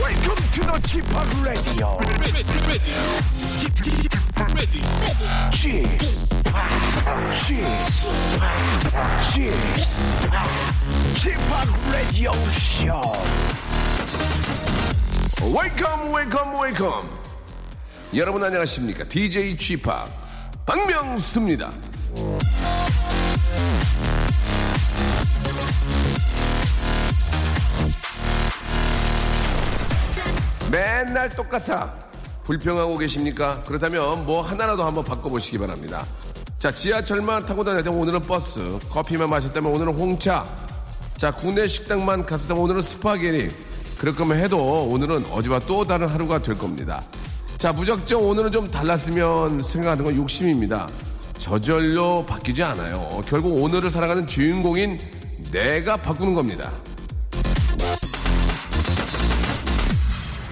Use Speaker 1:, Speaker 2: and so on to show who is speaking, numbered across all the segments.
Speaker 1: Welcome to the g p o p Radio. g p o p G-POP, G-POP Radio Show.
Speaker 2: 웨이컴 웨이컴 웨이컴 여러분 안녕하십니까 DJ 취파 박명수입니다 맨날 똑같아 불평하고 계십니까 그렇다면 뭐 하나라도 한번 바꿔보시기 바랍니다 자 지하철만 타고 다녔다면 오늘은 버스 커피만 마셨다면 오늘은 홍차 자 국내 식당만 갔었다면 오늘은 스파게티 그럴 거면 해도 오늘은 어제와 또 다른 하루가 될 겁니다 자 무작정 오늘은 좀 달랐으면 생각하는 건 욕심입니다 저절로 바뀌지 않아요 결국 오늘을 살아가는 주인공인 내가 바꾸는 겁니다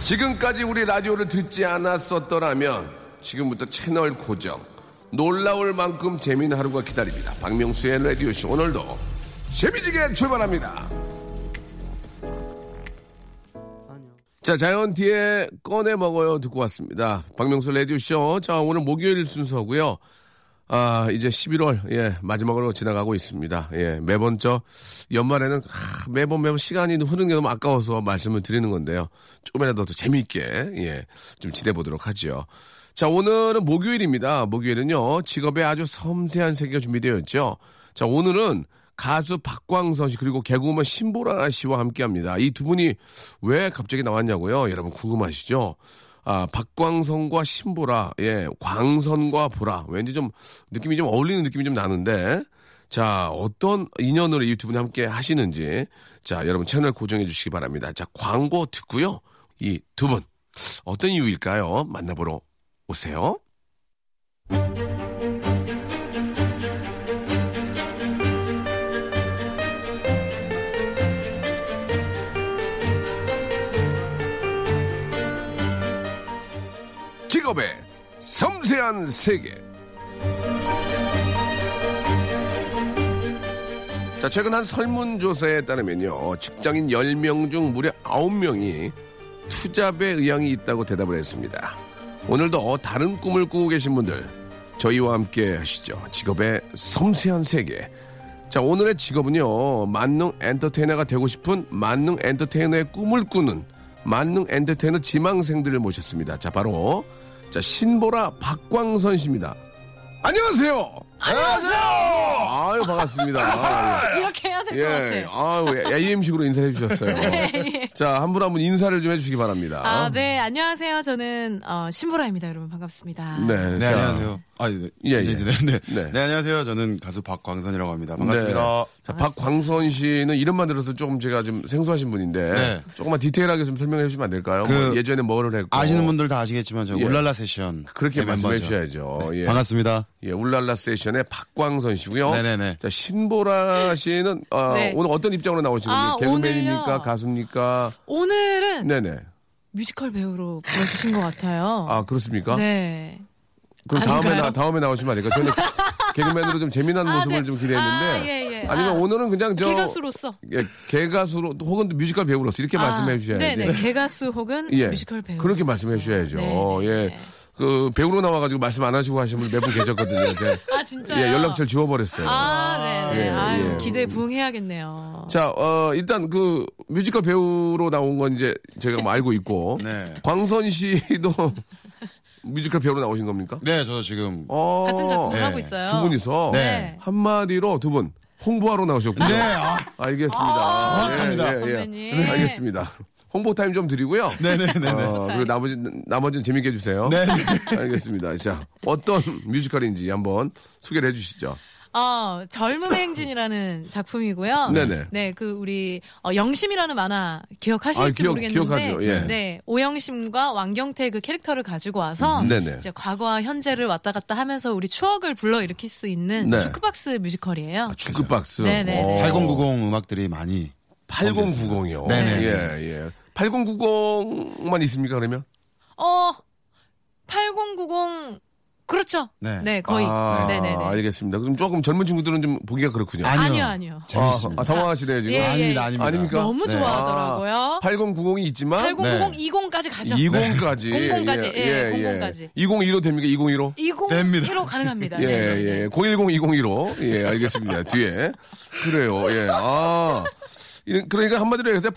Speaker 2: 지금까지 우리 라디오를 듣지 않았었더라면 지금부터 채널 고정 놀라울 만큼 재미있는 하루가 기다립니다. 박명수의 라디오쇼 오늘도 재미지게 출발합니다. 자 자이언티의 꺼내 먹어요 듣고 왔습니다. 박명수 라디오쇼 자 오늘 목요일 순서고요. 아, 이제 11월, 예, 마지막으로 지나가고 있습니다. 예, 매번 저, 연말에는, 하, 매번 매번 시간이 흐르는 게 너무 아까워서 말씀을 드리는 건데요. 조금이라도 더 재미있게, 예, 좀 지내보도록 하죠. 자, 오늘은 목요일입니다. 목요일은요, 직업의 아주 섬세한 세계가 준비되어 있죠. 자, 오늘은 가수 박광선 씨, 그리고 개그우먼 신보라 씨와 함께 합니다. 이 두 분이 왜 갑자기 나왔냐고요? 여러분 궁금하시죠? 아, 박광선과 신보라, 예, 광선과 보라. 왠지 좀 느낌이 좀 어울리는 느낌이 좀 나는데. 자, 어떤 인연으로 이 두 분이 함께 하시는지. 자, 여러분 채널 고정해 주시기 바랍니다. 자, 광고 듣고요. 이 두 분. 어떤 이유일까요? 만나보러 오세요. 직업의 섬세한 세계. 자, 최근 한 설문조사에 따르면요. 직장인 10명 중 무려 9명이 투잡에 의향이 있다고 대답을 했습니다. 오늘도 다른 꿈을 꾸고 계신 분들, 저희와 함께 하시죠. 직업의 섬세한 세계. 자, 오늘의 직업은요, 만능 엔터테이너가 되고 싶은 만능 엔터테이너의 꿈을 꾸는 만능 엔터테이너 지망생들을 모셨습니다. 자, 바로, 자, 신보라 박광선 씨입니다. 안녕하세요! 안녕하세요! 아유, 반갑습니다.
Speaker 3: 이렇게 해야 될 것
Speaker 2: 예, 아, 네.
Speaker 3: 같아요. 네, 예.
Speaker 2: 아유, AM식으로 인사해 주셨어요. 자, 한 분 한 분 인사를 좀 해주시기 바랍니다.
Speaker 3: 아, 네, 안녕하세요. 저는 어, 신보라입니다. 여러분 반갑습니다.
Speaker 2: 네,
Speaker 4: 네,
Speaker 2: 자,
Speaker 4: 안녕하세요. 아, 네.
Speaker 2: 예, 예.
Speaker 4: 네, 네, 네.
Speaker 2: 네.
Speaker 4: 네, 안녕하세요. 저는 가수 박광선이라고 합니다. 반갑습니다.
Speaker 2: 네. 자, 박광선 씨는 이름만 들어서 조금 제가 좀 생소하신 분인데
Speaker 4: 네.
Speaker 2: 조금만 디테일하게 좀 설명해 주시면 안 될까요?
Speaker 4: 그
Speaker 2: 뭐 예전에 뭐를 했고
Speaker 4: 아시는 분들 다 아시겠지만 저
Speaker 2: 예.
Speaker 4: 울랄라 세션
Speaker 2: 그렇게
Speaker 4: 네,
Speaker 2: 말씀해
Speaker 4: 멤버죠.
Speaker 2: 주셔야죠. 예.
Speaker 4: 반갑습니다.
Speaker 2: 예, 울랄라 세션의 박광선 씨고요.
Speaker 4: 네네네.
Speaker 2: 자, 신보라 씨는 어,
Speaker 3: 네.
Speaker 2: 오늘 어떤 입장으로 나오시는
Speaker 3: 아,
Speaker 2: 분이에요? 개그맨입니까?
Speaker 3: 오늘요?
Speaker 2: 가수입니까?
Speaker 3: 오늘은
Speaker 2: 네네.
Speaker 3: 뮤지컬 배우로 불러주신 것 같아요.
Speaker 2: 아 그렇습니까?
Speaker 3: 네.
Speaker 2: 그럼 다음에
Speaker 3: 아닌가요?
Speaker 2: 나, 다음에 나오시면 안 될까요? 저는 개그맨으로 좀 재미난
Speaker 3: 아,
Speaker 2: 모습을
Speaker 3: 네.
Speaker 2: 좀 기대했는데
Speaker 3: 아, 예, 예.
Speaker 2: 니면
Speaker 3: 아.
Speaker 2: 오늘은 그냥 저
Speaker 3: 개가수로서. 아,
Speaker 2: 예, 개가수로 혹은 뮤지컬 배우로서 이렇게 말씀해 주셔야지.
Speaker 3: 네네. 개가수 혹은
Speaker 2: 예.
Speaker 3: 뮤지컬 네, 배우.
Speaker 2: 그렇게 말씀해 주셔야죠. 예. 그 배우로 나와가지고 말씀 안 하시고 하신 분 몇 분 계셨거든요. 제
Speaker 3: 아, 진짜요?
Speaker 2: 예, 연락처를 지워버렸어요.
Speaker 3: 아, 네네.
Speaker 2: 예,
Speaker 3: 아유,
Speaker 2: 예.
Speaker 3: 기대 부응해야겠네요.
Speaker 2: 자, 어, 일단 그 뮤지컬 배우로 나온 건 이제 제가 뭐 알고 있고.
Speaker 4: 네.
Speaker 2: 광선 씨도 뮤지컬 배우로 나오신 겁니까?
Speaker 4: 네, 저도 지금
Speaker 2: 어,
Speaker 3: 같은 작품
Speaker 4: 네.
Speaker 3: 하고 있어요.
Speaker 2: 두 분이서
Speaker 3: 네.
Speaker 2: 한마디로 두 분 홍보하러 나오셨고.
Speaker 4: 네, 아,
Speaker 2: 알겠습니다. 예,
Speaker 4: 정확합니다.
Speaker 3: 선배님.
Speaker 2: 알겠습니다. 홍보 타임 좀 드리고요.
Speaker 4: 네네네.
Speaker 2: 어, 그리고 나머지 나머지는 재밌게 해주세요.
Speaker 4: 네.
Speaker 2: 알겠습니다. 자 어떤 뮤지컬인지 한번 소개를 해주시죠.
Speaker 3: 어, 젊음의 행진이라는 작품이고요.
Speaker 2: 네네.
Speaker 3: 네, 그 우리 어, 영심이라는 만화 기억하실지
Speaker 2: 아, 기억-
Speaker 3: 모르겠는데,
Speaker 2: 기억하죠. 예.
Speaker 3: 네 오영심과 왕경태 그 캐릭터를 가지고 와서
Speaker 2: 음, 네네.
Speaker 3: 이제 과거와 현재를 왔다 갔다 하면서 우리 추억을 불러 일으킬 수 있는
Speaker 2: 네.
Speaker 3: 주크박스
Speaker 4: 아,
Speaker 3: 뮤지컬이에요.
Speaker 2: 주크박스. 어,
Speaker 3: 네네.
Speaker 4: 8090 음악들이 많이
Speaker 2: 8090이요.
Speaker 4: 네네.
Speaker 2: 예 예. 8090만 있습니까 그러면?
Speaker 3: 어, 8090 그렇죠.
Speaker 4: 네.
Speaker 3: 네, 거의.
Speaker 2: 아,
Speaker 3: 네네네.
Speaker 2: 알겠습니다. 그럼 조금 젊은 친구들은 좀 보기가 그렇군요.
Speaker 4: 아니,
Speaker 3: 아니요,
Speaker 4: 아니요.
Speaker 3: 아니요.
Speaker 4: 재밌습니다.
Speaker 2: 아, 아, 당황하시네요, 지금.
Speaker 3: 예, 예.
Speaker 4: 아닙니다, 아닙니다.
Speaker 2: 아닙니까?
Speaker 3: 너무
Speaker 4: 네.
Speaker 3: 좋아하더라고요.
Speaker 2: 8090이 있지만
Speaker 3: 8090,
Speaker 2: 네.
Speaker 3: 20까지 가죠.
Speaker 2: 20까지.
Speaker 3: 00까지, 예, 00까지.
Speaker 2: 2015 됩니까? 2015?
Speaker 3: 20
Speaker 4: 됩니다.
Speaker 3: 로 가능합니다.
Speaker 2: 예,
Speaker 3: 네, 네, 네.
Speaker 2: 예. 010, 2015. 예, 알겠습니다. 뒤에. 그래요, 예. 아. 이- 그러니까 한마디로 해서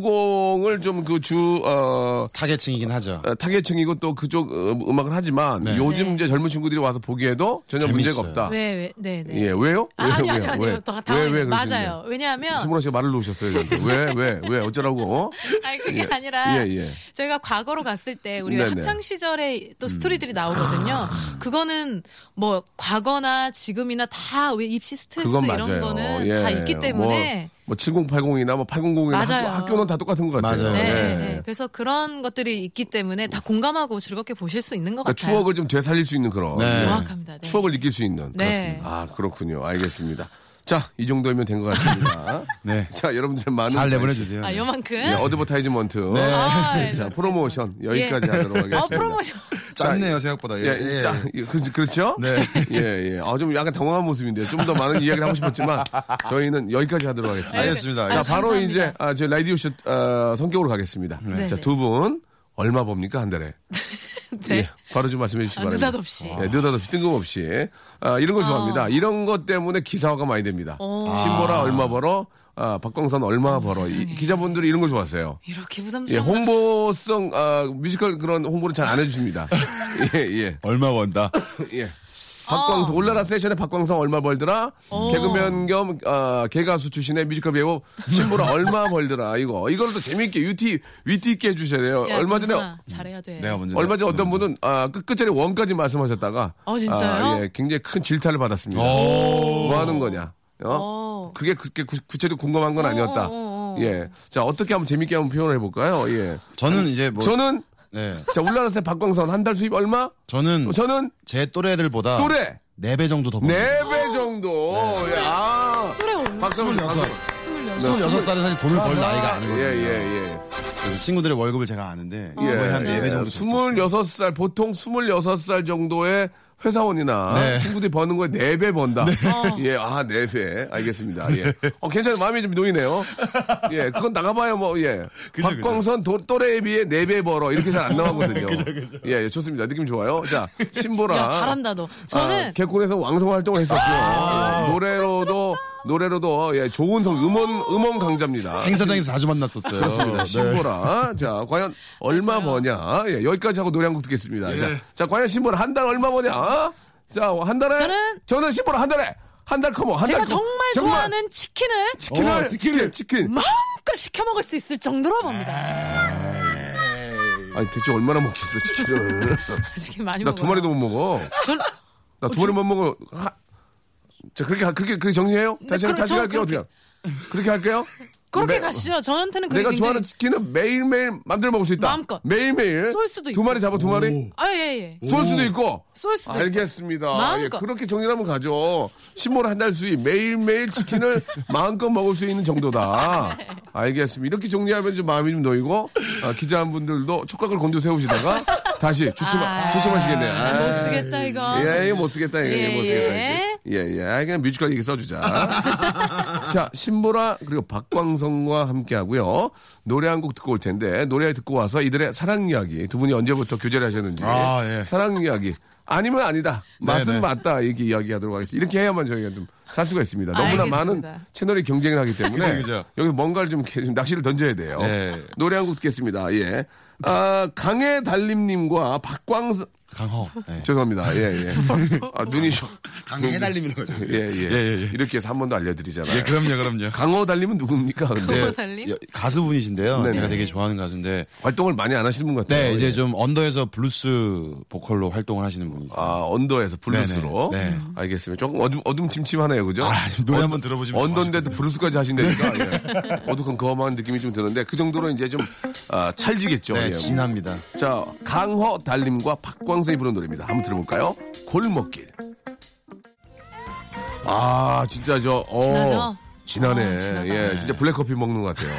Speaker 2: 8090을 좀 그 주, 어,
Speaker 4: 타겟층이긴 하죠.
Speaker 2: 어, 타겟층이고 또 그쪽 어, 음악을 하지만 요즘
Speaker 3: 네.
Speaker 2: 이제 젊은 친구들이 와서 보기에도 전혀 문제가
Speaker 4: 재밌어요.
Speaker 2: 없다.
Speaker 3: 왜, 왜, 네, 네.
Speaker 2: 예, 왜요?
Speaker 3: 아,
Speaker 2: 왜요? 왜요?
Speaker 3: 아니요, 아니요, 아니요.
Speaker 2: 왜?
Speaker 3: 더
Speaker 2: 왜,
Speaker 3: 당황해.
Speaker 2: 왜 그러시냐?
Speaker 3: 맞아요. 왜냐하면
Speaker 2: 손보라 씨가 말을 놓으셨어요. 저한테. 왜, 왜, 왜? 어쩌라고? 어?
Speaker 3: 아니 그게 아니라
Speaker 2: 예, 예.
Speaker 3: 저희가 과거로 갔을 때 우리 가
Speaker 2: 네네. 음. 아.
Speaker 3: 학창 시절에 또 스토리들이 나오거든요. 그거는 뭐 과거나 지금이나 다 왜 입시 스트레스
Speaker 2: 그건 맞아요.
Speaker 3: 이런 거는
Speaker 2: 예.
Speaker 3: 다 있기 때문에
Speaker 2: 뭐, 7080이나 뭐 8090이나
Speaker 3: 맞아요.
Speaker 2: 학교, 는다 똑같은 것 같아요.
Speaker 4: 맞아요.
Speaker 3: 네,
Speaker 2: 예.
Speaker 3: 네, 네. 그래서 그런 것들이 있기 때문에 다 공감하고 즐겁게 보실 수 있는 것
Speaker 2: 그러니까
Speaker 3: 같아요.
Speaker 2: 추억을 좀 되살릴 수 있는 그런
Speaker 4: 네.
Speaker 3: 정확합니다. 네.
Speaker 2: 추억을 느낄 수 있는
Speaker 3: 네.
Speaker 2: 그렇습니다. 아 그렇군요. 알겠습니다. 자 이 정도면 된 것 같습니다.
Speaker 4: 네.
Speaker 2: 자 여러분들 많은
Speaker 4: 잘
Speaker 2: 관심.
Speaker 4: 내보내주세요. 네.
Speaker 3: 아 요만큼.
Speaker 2: 예, 어드버타이즈먼트. 네.
Speaker 3: 아, 예.
Speaker 2: 자 프로모션 여기까지
Speaker 3: 예.
Speaker 2: 하도록 하겠습니다.
Speaker 3: 아 프로모션.
Speaker 4: 짧네요, 생각보다.
Speaker 2: 예,
Speaker 4: 예, 예.
Speaker 2: 자, 예, 그, 그렇죠?
Speaker 4: 네.
Speaker 2: 예, 예. 아, 좀 약간 당황한 모습인데요. 좀 더 많은 이야기를 하고 싶었지만, 저희는 여기까지 하도록 하겠습니다.
Speaker 4: 알겠습니다. 예.
Speaker 2: 자,
Speaker 3: 아,
Speaker 2: 바로
Speaker 3: 감사합니다.
Speaker 2: 이제, 아, 저희 라디오쇼, 어, 성격으로 가겠습니다.
Speaker 3: 네.
Speaker 2: 자, 두 분, 얼마 봅니까, 한 달에?
Speaker 3: 네.
Speaker 2: 예, 바로 좀 말씀해 주시기
Speaker 3: 아,
Speaker 2: 바랍니다.
Speaker 3: 느닷없이.
Speaker 2: 예, 느닷없이, 뜬금없이. 아, 이런 걸 좋아합니다. 이런 것 때문에 기사화가 많이 됩니다.
Speaker 3: 어.
Speaker 2: 신보라 얼마 벌어, 아, 박광선 얼마 벌어. 이, 기자분들이 이런 걸 좋아하세요.
Speaker 3: 이렇게
Speaker 2: 예,
Speaker 3: 부담스러운.
Speaker 2: 홍보성, 아, 뮤지컬 그런 홍보를 잘 안 해주십니다. 예, 예.
Speaker 4: 얼마 원다.
Speaker 2: 예. 박광수
Speaker 3: 아.
Speaker 2: 올라라 세션에 박광수 얼마 벌더라?
Speaker 3: 어.
Speaker 2: 개그맨 겸 어, 개가수 출신의 뮤지컬 배우 신보라 얼마 벌더라? 이거 이걸 또 재미있게 유티 위트 있게 해주셔야 돼요.
Speaker 3: 야,
Speaker 2: 얼마 전에
Speaker 3: 민준아, 잘해야 돼.
Speaker 4: 내가 먼저.
Speaker 2: 얼마 전에 어떤 분은 아, 끝 끝자리 원까지 말씀하셨다가
Speaker 3: 어, 진짜요?
Speaker 2: 아, 예, 굉장히 큰 질타를 받았습니다. 뭐 하는 거냐? 어?
Speaker 3: 오.
Speaker 2: 그게 그렇게 구- 구체적으로 궁금한 건 아니었다.
Speaker 3: 오, 오, 오.
Speaker 2: 예, 자 어떻게 한번 재밌게 한번 표현을 해볼까요? 예,
Speaker 4: 저는 이제 뭐.
Speaker 2: 저는
Speaker 4: 네.
Speaker 2: 자 올라라 세 박광선 한 달 수입 얼마?
Speaker 4: 저는
Speaker 2: 어, 저는
Speaker 4: 제 또래들보다.
Speaker 2: 또래
Speaker 4: 4배 정도 더.
Speaker 2: 네 배 정도. 예, 아.
Speaker 3: 그래, 오,
Speaker 2: 박수를
Speaker 4: 벌어요. 26.
Speaker 3: 26.
Speaker 4: 26살은 사실 돈을 벌 나이가 아니거든요.
Speaker 2: 예예예.
Speaker 4: 그래서 친구들의 월급을 제가 아는데.
Speaker 2: 예.
Speaker 4: 거의
Speaker 3: 네.
Speaker 4: 한 4배 정도. 줬었어요.
Speaker 2: 26살 보통 26살 정도의 회사원이나
Speaker 4: 네.
Speaker 2: 친구들이 버는 거에 4배 번다.
Speaker 3: 어.
Speaker 2: 예, 아, 4배. 알겠습니다. 예. 어, 괜찮아요. 마음이 좀 놓이네요. 예, 그건 나가봐야 뭐, 예.
Speaker 4: 그죠,
Speaker 2: 박광선 도- 또래에 비해 4배 벌어. 이렇게 잘 안 나오거든요. 예, 예, 좋습니다. 느낌 좋아요. 자, 신보라.
Speaker 3: 야, 잘한다, 너. 저는
Speaker 2: 아, 개콘에서 왕성 활동을 했었고요.
Speaker 4: 아.
Speaker 2: 예, 노래로도 노래로도 예, 좋은 성 음원 음원 강자입니다.
Speaker 4: 행사장에서 자주 만났었어요. 네.
Speaker 2: 그렇습니다. 신보라. 자, 과연 얼마 버냐? 예, 여기까지 하고 노래 한 곡 듣겠습니다. 자, 자, 과연 신보라 한 달 얼마 버냐? 자, 한 달에
Speaker 3: 저는-
Speaker 2: 저는 신보라 한 달에 한 달 커머 한달
Speaker 3: 제가 정말, 좋아하는 치킨을
Speaker 2: 그 치킨을
Speaker 4: 어,
Speaker 2: 치킨 치킨.
Speaker 3: 마음껏 시켜 먹을 수 있을 정도로 봅니다.
Speaker 2: 아니 대체 얼마나 먹겠어 치킨을?
Speaker 3: 치킨 많이
Speaker 2: 아, 나
Speaker 3: 먹어요.
Speaker 2: 두 마리도 못 먹어.
Speaker 3: 전-
Speaker 2: 나 두 마리 못 먹어. 하... 자, 그렇게 할- 그렇게 그렇게 정리해요? 다시
Speaker 3: 네, 그럼
Speaker 2: 다시
Speaker 3: 저
Speaker 2: 갈게요.
Speaker 3: 그렇게-
Speaker 2: 어떻게? 그렇게 할게요?
Speaker 3: 그렇게
Speaker 2: 매-
Speaker 3: 가시죠. 저한테는 그게
Speaker 2: 내가
Speaker 3: 굉장히
Speaker 2: 좋아하는 치킨은 매일매일 맘대로 먹을 수 있다.
Speaker 3: 마음껏.
Speaker 2: 매일매일.
Speaker 3: 쏠 수도
Speaker 2: 두
Speaker 3: 있고.
Speaker 2: 마리 잡아, 두 마리.
Speaker 3: 아, 예, 예.
Speaker 2: 쏠 수도 있고.
Speaker 3: 쏠 수도 있고.
Speaker 2: 알겠습니다.
Speaker 3: 마음껏.
Speaker 2: 예, 그렇게 정리하면 가죠. 신보라 한달 수입 매일매일 치킨을 마음껏 먹을 수 있는
Speaker 3: 아,
Speaker 2: 정도다.
Speaker 3: 네.
Speaker 2: 알겠습니다. 이렇게 정리하면 좀 마음이 좀 놓이고 아, 기자분들도 촉각을 곤두 세우시다가 다시 주춤
Speaker 3: 아,
Speaker 2: 주춤하시겠네요.
Speaker 3: 아,
Speaker 2: 아이.
Speaker 3: 못 쓰겠다, 이거.
Speaker 2: 예, 예, 못 쓰겠다. 예, 예,
Speaker 3: 예,
Speaker 2: 못 쓰겠다.
Speaker 3: 예.
Speaker 2: 예, 예. 아, 그냥 뮤지컬 얘기 써주자. 자, 신보라, 그리고 박광성과 함께 하고요. 노래 한 곡 듣고 올 텐데, 노래 듣고 와서 이들의 사랑 이야기, 두 분이 언제부터 교제를 하셨는지.
Speaker 4: 아, 예.
Speaker 2: 사랑 이야기. 아니면 아니다. 맞은
Speaker 4: 네.
Speaker 2: 맞다. 이렇게 이야기하도록 하겠습니다. 이렇게 해야만 저희가 좀 살 수가 있습니다. 너무나
Speaker 3: 알겠습니다.
Speaker 2: 많은 채널이 경쟁을 하기 때문에
Speaker 4: 그죠, 그죠.
Speaker 2: 여기서 뭔가를 좀, 이렇게 좀 낚시를 던져야 돼요.
Speaker 4: 네.
Speaker 2: 노래 한 곡 듣겠습니다. 예. 아, 강해 달림님과 박광성
Speaker 4: 강허. 네.
Speaker 2: 죄송합니다. 예, 예. 아, 눈이 좀.
Speaker 4: 강의 해달림이라고 하죠.
Speaker 2: 예, 예.
Speaker 4: 예, 예.
Speaker 2: 이렇게 해서 한 번 더 알려드리잖아요.
Speaker 4: 예, 그럼요, 그럼요.
Speaker 2: 강호 달님은 누굽니까? 근데
Speaker 3: 강호 달님?
Speaker 4: 여- 가수분이신데요.
Speaker 2: 네네.
Speaker 4: 제가 되게 좋아하는 가수인데.
Speaker 2: 활동을 많이 안 하시는 분 같아요.
Speaker 4: 네, 이제
Speaker 2: 예.
Speaker 4: 좀 언더에서 블루스 보컬로 활동을 하시는 분이세요.
Speaker 2: 아, 언더에서 블루스로.
Speaker 4: 네네. 네.
Speaker 2: 알겠습니다. 조금 어둠, 어둠침침하네요, 그죠?
Speaker 4: 아, 노래 한번 들어보시면
Speaker 2: 언더인데도 블루스까지 하신다니까. 예. 어둑한 거만한 느낌이 좀 드는데 그 정도로 이제 좀 아, 찰지겠죠.
Speaker 4: 네,
Speaker 2: 예.
Speaker 4: 진합니다.
Speaker 2: 자, 강허 달님과 박광성이 부른 노래입니다. 한번 들어볼까요? 골목길. 아, 진짜 저, 어,
Speaker 3: 진하죠?
Speaker 2: 진하네.
Speaker 3: 어, 진하다.
Speaker 2: 예, 진짜 블랙커피 먹는 것 같아요.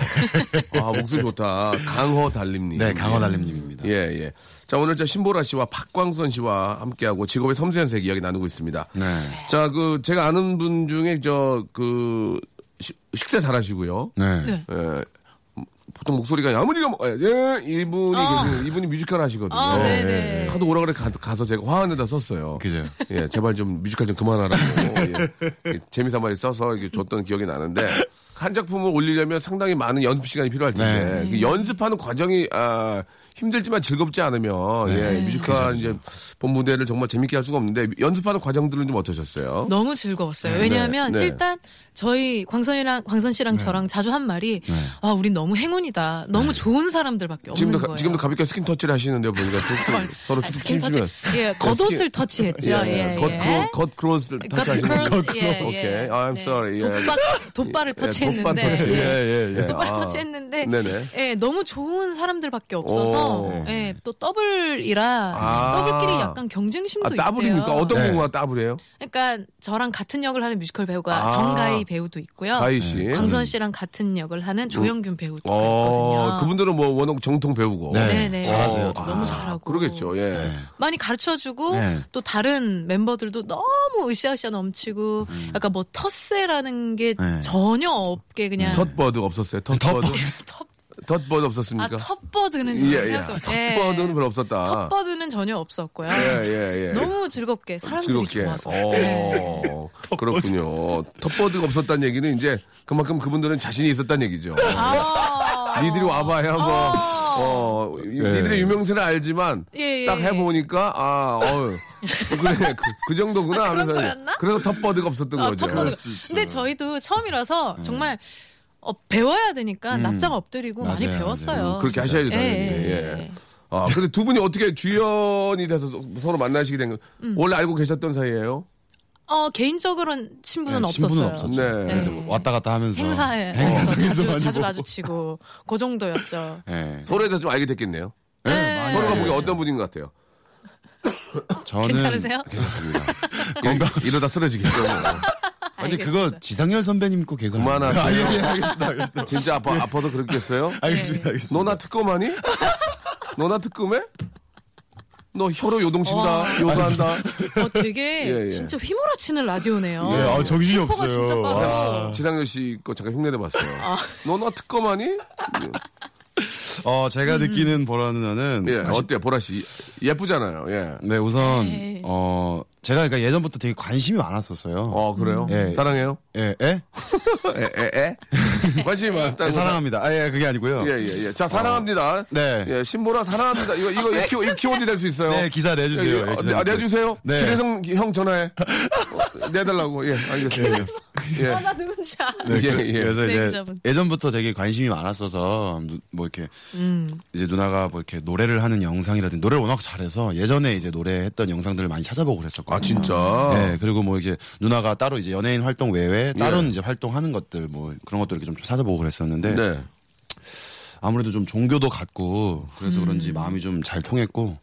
Speaker 2: 아, 목소리 좋다. 강허 달님님.
Speaker 4: 네, 강화
Speaker 2: 예.
Speaker 4: 달림님입니다. 맞습니다.
Speaker 2: 예, 예. 자, 오늘 저 신보라 씨와 박광선 씨와 함께하고 직업의 섬세한 세계 이야기 나누고 있습니다.
Speaker 4: 네.
Speaker 2: 자, 그 제가 아는 분 중에 저 그 식사 잘하시고요.
Speaker 4: 네.
Speaker 3: 네.
Speaker 2: 예. 보통 목소리가 아무리가 뭐- 예, 이분이
Speaker 3: 어.
Speaker 2: 계세요. 이분이 뮤지컬 하시거든요. 예.
Speaker 3: 아, 네네.
Speaker 2: 하도 오라 그래 가- 가서 제가 화환에다 썼어요.
Speaker 4: 그죠.
Speaker 2: 예, 제발 좀 뮤지컬 좀 그만하라고. 예. 예, 재미삼아 써서 이렇게 줬던 기억이 나는데 한 작품을 올리려면 상당히 많은 연습 시간이 필요할 텐데
Speaker 4: 네.
Speaker 2: 그 연습하는 과정이 아, 힘들지만 즐겁지 않으면
Speaker 4: 네.
Speaker 2: 예, 뮤지컬 이제 본 무대를 정말 재밌게 할 수가 없는데 연습하는 과정들은 좀 어떠셨어요?
Speaker 3: 너무 즐거웠어요. 왜냐하면
Speaker 2: 네, 네.
Speaker 3: 일단 저희 광선이랑 광선 씨랑 저랑 자주 한 말이 아 우린 너무 행운이다. 너무 좋은 사람들밖에 없는
Speaker 2: 네. 지금도 가-
Speaker 3: 거예요.
Speaker 2: 지금도 가볍게 스킨 터치를 하시는데 보니까 서로- 서로
Speaker 3: 아, 스킨 터치.
Speaker 2: 춤추면
Speaker 3: 예, 겉옷을 터치했죠. 예, 예.
Speaker 2: 겉 크로스를
Speaker 3: 겉
Speaker 2: 터치하시는
Speaker 3: 크로스, 예, 예.
Speaker 2: 오케이. I'm
Speaker 3: 네.
Speaker 2: sorry. 예.
Speaker 3: 돗바, 돗바를
Speaker 2: 예, 돗바
Speaker 3: 터치했는데.
Speaker 2: 터치.
Speaker 3: 예.
Speaker 4: 예, 예.
Speaker 3: 똑바로
Speaker 2: 아.
Speaker 3: 터치했는데
Speaker 2: 네네.
Speaker 3: 예, 너무 좋은 사람들밖에 없어서
Speaker 2: 오.
Speaker 3: 예, 또 더블이라
Speaker 2: 아.
Speaker 3: 더블끼리 약간 경쟁심도
Speaker 2: 아, 따블입니까?
Speaker 3: 있대요.
Speaker 2: 어떤
Speaker 4: 네.
Speaker 2: 공부가 따블이에요?
Speaker 3: 그러니까 저랑 같은 역을 하는 뮤지컬 배우가
Speaker 2: 아.
Speaker 3: 정가희 배우도 있고요. 네,
Speaker 2: 가희 씨.
Speaker 3: 광선 씨랑 같은 역을 하는 조영균 배우도
Speaker 2: 어,
Speaker 3: 있거든요.
Speaker 2: 그분들은 뭐 워낙 정통 배우고. 아,
Speaker 4: 네.
Speaker 3: 네네.
Speaker 4: 잘하세요.
Speaker 3: 또 너무 잘하고.
Speaker 2: 그러겠죠. 예.
Speaker 3: 많이 가르쳐주고
Speaker 4: 네.
Speaker 3: 또 다른 멤버들도 너무 으쌰으쌰 넘치고
Speaker 2: 음.
Speaker 3: 약간 뭐 텃세라는 게
Speaker 4: 네.
Speaker 3: 전혀 없게 그냥
Speaker 2: 텃버드 없었어요. 텃버드.
Speaker 3: 텃-
Speaker 2: 텃버드 없었습니까?
Speaker 3: 아 텃버드는
Speaker 2: 예,
Speaker 3: 전혀
Speaker 2: 예.
Speaker 3: 생각
Speaker 2: 텃버드는 별로 없었다.
Speaker 3: 텃버드는 전혀 없었고요.
Speaker 2: 예, 예, 예.
Speaker 3: 너무 즐겁게 사람들이
Speaker 2: 즐겁게.
Speaker 3: 좋아서. 네.
Speaker 2: 어, 그렇군요. 텃버드가 없었다는 얘기는 이제 그만큼 그분들은 자신이 있었다는 얘기죠.
Speaker 3: 아.
Speaker 2: 니들이 와봐야 뭐, 어, 이-
Speaker 4: 네.
Speaker 2: 니들의 유명세는 알지만,
Speaker 3: 예, 예,
Speaker 2: 딱
Speaker 3: 예.
Speaker 2: 해보니까, 아, 어휴. 그래, 그, 그 정도구나
Speaker 3: 아, 그런
Speaker 2: 하면서.
Speaker 3: 거였나?
Speaker 2: 그래서 텃버드가 없었던
Speaker 3: 어,
Speaker 2: 거죠.
Speaker 3: 텃버드. 근데 저희도 처음이라서 정말 어, 배워야 되니까 납작 엎드리고 많이
Speaker 4: 맞아요,
Speaker 3: 배웠어요.
Speaker 2: 음. 그렇게
Speaker 3: 진짜.
Speaker 2: 하셔야죠, 당연히.
Speaker 3: 예,
Speaker 2: 예.
Speaker 3: 예, 예.
Speaker 2: 아, 근데 두 분이 어떻게 주연이 돼서 서- 서로 만나시게 된 건,
Speaker 3: 음.
Speaker 2: 원래 알고 계셨던 사이예요
Speaker 3: 어 개인적으로는 친분은
Speaker 4: 네,
Speaker 3: 없었어요.
Speaker 4: 친분은 없었죠.
Speaker 2: 네.
Speaker 4: 그래서
Speaker 3: 네.
Speaker 4: 왔다 갔다 하면서
Speaker 3: 행사에 어,
Speaker 4: 어, 행사에서
Speaker 3: 자주,
Speaker 4: 많이
Speaker 3: 자주
Speaker 4: 보고.
Speaker 3: 마주치고 그 정도였죠.
Speaker 4: 예.
Speaker 2: 서로에 대해서 좀 알게 됐겠네요.
Speaker 4: 예,
Speaker 3: 네.
Speaker 4: 많이
Speaker 2: 서로가
Speaker 4: 알고
Speaker 2: 보기에
Speaker 4: 있어요.
Speaker 2: 어떤 분인 것 같아요.
Speaker 4: 저는
Speaker 3: 어, 괜찮으세요?
Speaker 4: 괜찮습니다.
Speaker 2: 건강. 이러다 쓰러지겠죠. 뭐.
Speaker 4: 아니
Speaker 3: 알겠어요.
Speaker 4: 그거 지상렬 선배님 거 개그
Speaker 2: 그만하세요.
Speaker 4: 아, 예, 예, 알겠습니다.
Speaker 3: 네.
Speaker 4: 알겠습니다.
Speaker 2: 진짜 아파, 아파서 그렇겠어요?
Speaker 4: 알겠습니다. 알겠습니다.
Speaker 2: 너나 특검하니? 너나 특검해? 너 혀로 요동친다,
Speaker 3: 어.
Speaker 2: 요가한다.
Speaker 3: 어, 되게
Speaker 2: 예, 예.
Speaker 3: 진짜 휘몰아치는 라디오네요.
Speaker 4: 예, 아, 정신이
Speaker 3: 템포가
Speaker 4: 없어요.
Speaker 3: 진짜 빠르고.
Speaker 2: 아, 지상렬 씨 거 잠깐 흉내내 봤어요. 너나 특검하니?
Speaker 4: 어, 제가
Speaker 3: 음.
Speaker 4: 느끼는 보라 누나는
Speaker 2: 예,
Speaker 4: 아시-
Speaker 2: 어때요, 보라 씨? 예쁘잖아요. 예.
Speaker 4: 네, 우선
Speaker 3: 네.
Speaker 4: 어, 제가 그러니까 예전부터 되게 관심이 많았었어요.
Speaker 2: 어, 그래요?
Speaker 4: 예.
Speaker 2: 사랑해요?
Speaker 4: 예, 예?
Speaker 2: 에, 에, 에? 관심이 많다.
Speaker 4: 예, 사랑합니다. 아, 예, 그게 아니고요.
Speaker 2: 네, 예, 예, 예. 자, 사랑합니다.
Speaker 4: 네.
Speaker 2: 예, 신보라 사랑합니다. 이거, 이거, 이 키워, 이 키워드 될 수 있어요.
Speaker 4: 네, 기사 내주세요.
Speaker 2: 예, 예.
Speaker 4: 예,
Speaker 2: 어,
Speaker 4: 기사
Speaker 2: 내- 아, 내주세요.
Speaker 4: 네.
Speaker 2: 신혜성 형 전화해. 어, 내달라고. 예, 알겠습니다. 예.
Speaker 3: 아, 나 누군지 알아.
Speaker 4: 네,
Speaker 2: 예,
Speaker 4: 그-
Speaker 2: 예.
Speaker 4: 그래서
Speaker 3: 네,
Speaker 4: 이제
Speaker 3: 그죠.
Speaker 4: 예전부터 되게 관심이 많았어서 누- 뭐 이렇게
Speaker 3: 음.
Speaker 4: 이제 누나가 뭐 이렇게 노래를 하는 영상이라든지 노래를 워낙 잘해서 예전에 이제 노래했던 영상들을 많이 찾아보고 그랬었거든요.
Speaker 2: 아, 진짜?
Speaker 4: 네, 그리고 뭐 이제 누나가 따로 이제 연예인 활동 외에 다른 이제 활동하는 것들 뭐 그런 것들 이렇게 좀 찾아보고 그랬었는데
Speaker 2: 네.
Speaker 4: 아무래도 좀 종교도 같고 그래서 그런지 마음이 좀 잘 통했고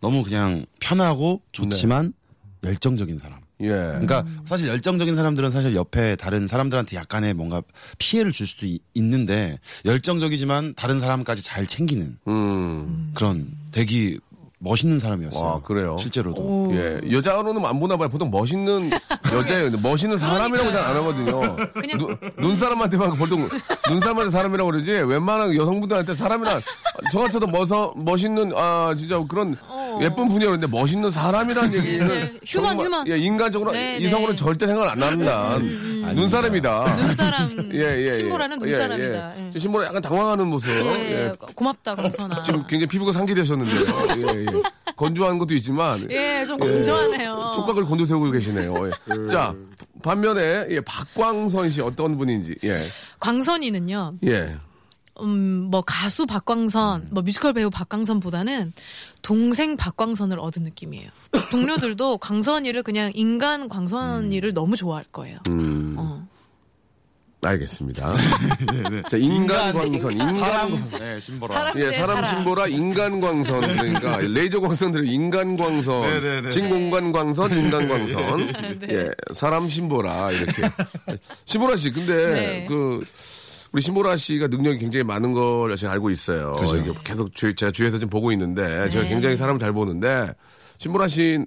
Speaker 4: 너무 그냥 편하고 좋지만
Speaker 2: 네.
Speaker 4: 열정적인 사람.
Speaker 2: 예.
Speaker 4: 그러니까 사실 열정적인 사람들은 사실 옆에 다른 사람들한테 약간의 뭔가 피해를 줄 수도 이- 있는데 열정적이지만 다른 사람까지 잘 챙기는
Speaker 2: 음.
Speaker 4: 그런 되게 멋있는 사람이었어요.
Speaker 2: 와, 그래요?
Speaker 4: 실제로도.
Speaker 2: 예. 여자로는 안 보나 봐요. 보통 멋있는 여자예요. 근데 멋있는 사람이라고 잘 안 하거든요.
Speaker 3: 그냥-
Speaker 2: 눈, 눈사람한테만 보통 눈사람한테 사람이라고 그러지 웬만한 여성분들한테 사람이란 저같아도 멋서, 멋있는 아 진짜 그런 예쁜 분이었는데 멋있는 사람이라는 얘기는
Speaker 3: 어. 네. 휴먼,
Speaker 2: 정말,
Speaker 3: 휴먼.
Speaker 2: 예, 인간적으로
Speaker 3: 네,
Speaker 2: 이성으로는
Speaker 3: 네. 음,
Speaker 2: 절대 생각 안 한다. 눈사람이다.
Speaker 3: 눈사람.
Speaker 2: 예, 예, 예.
Speaker 4: 아,
Speaker 3: 신보라는 눈사람이다. 예,
Speaker 2: 지금 신보라 약간 당황하는 모습.
Speaker 4: 어?
Speaker 2: 예.
Speaker 3: 고맙다, 강선아.
Speaker 2: 지금 굉장히 피부가 상기되셨는데요. 예, 예. 건조한 것도 있지만
Speaker 3: 예, 좀 건조하네요.
Speaker 2: 촉각을 곤두세우고 계시네요. 예. 자 반면에 예, 박광선 씨 어떤 분인지 예
Speaker 3: 광선이는요,
Speaker 2: 예.
Speaker 3: 음, 뭐 가수
Speaker 2: 음.
Speaker 3: 박광선, 뭐 뮤지컬 배우 박광선보다는 동생 박광선을 얻은 느낌이에요. 동료들도 광선이를 그냥 인간
Speaker 2: 음.
Speaker 3: 광선이를 너무 좋아할 거예요. 어.
Speaker 2: 알겠습니다. 자 네, 인간 광선 인간
Speaker 4: 사람, 네, 신보라.
Speaker 3: 사람
Speaker 2: 예
Speaker 3: 대
Speaker 2: 사람 신보라 인간 광선 그러니까 레이저 광선들 인간 광선
Speaker 4: 네, 네, 네.
Speaker 2: 진공관 광선 인간 광선 예 사람 신보라 이렇게 신보라 씨 근데
Speaker 3: 네.
Speaker 2: 그 우리 신보라 씨가 능력이 굉장히 많은 걸 제가 알고 있어요.
Speaker 4: 그죠.
Speaker 2: 이게 계속 주- 제가 주위에서 좀 보고 있는데 제가
Speaker 3: 네.
Speaker 2: 굉장히 사람을 잘 보는데 신보라 씨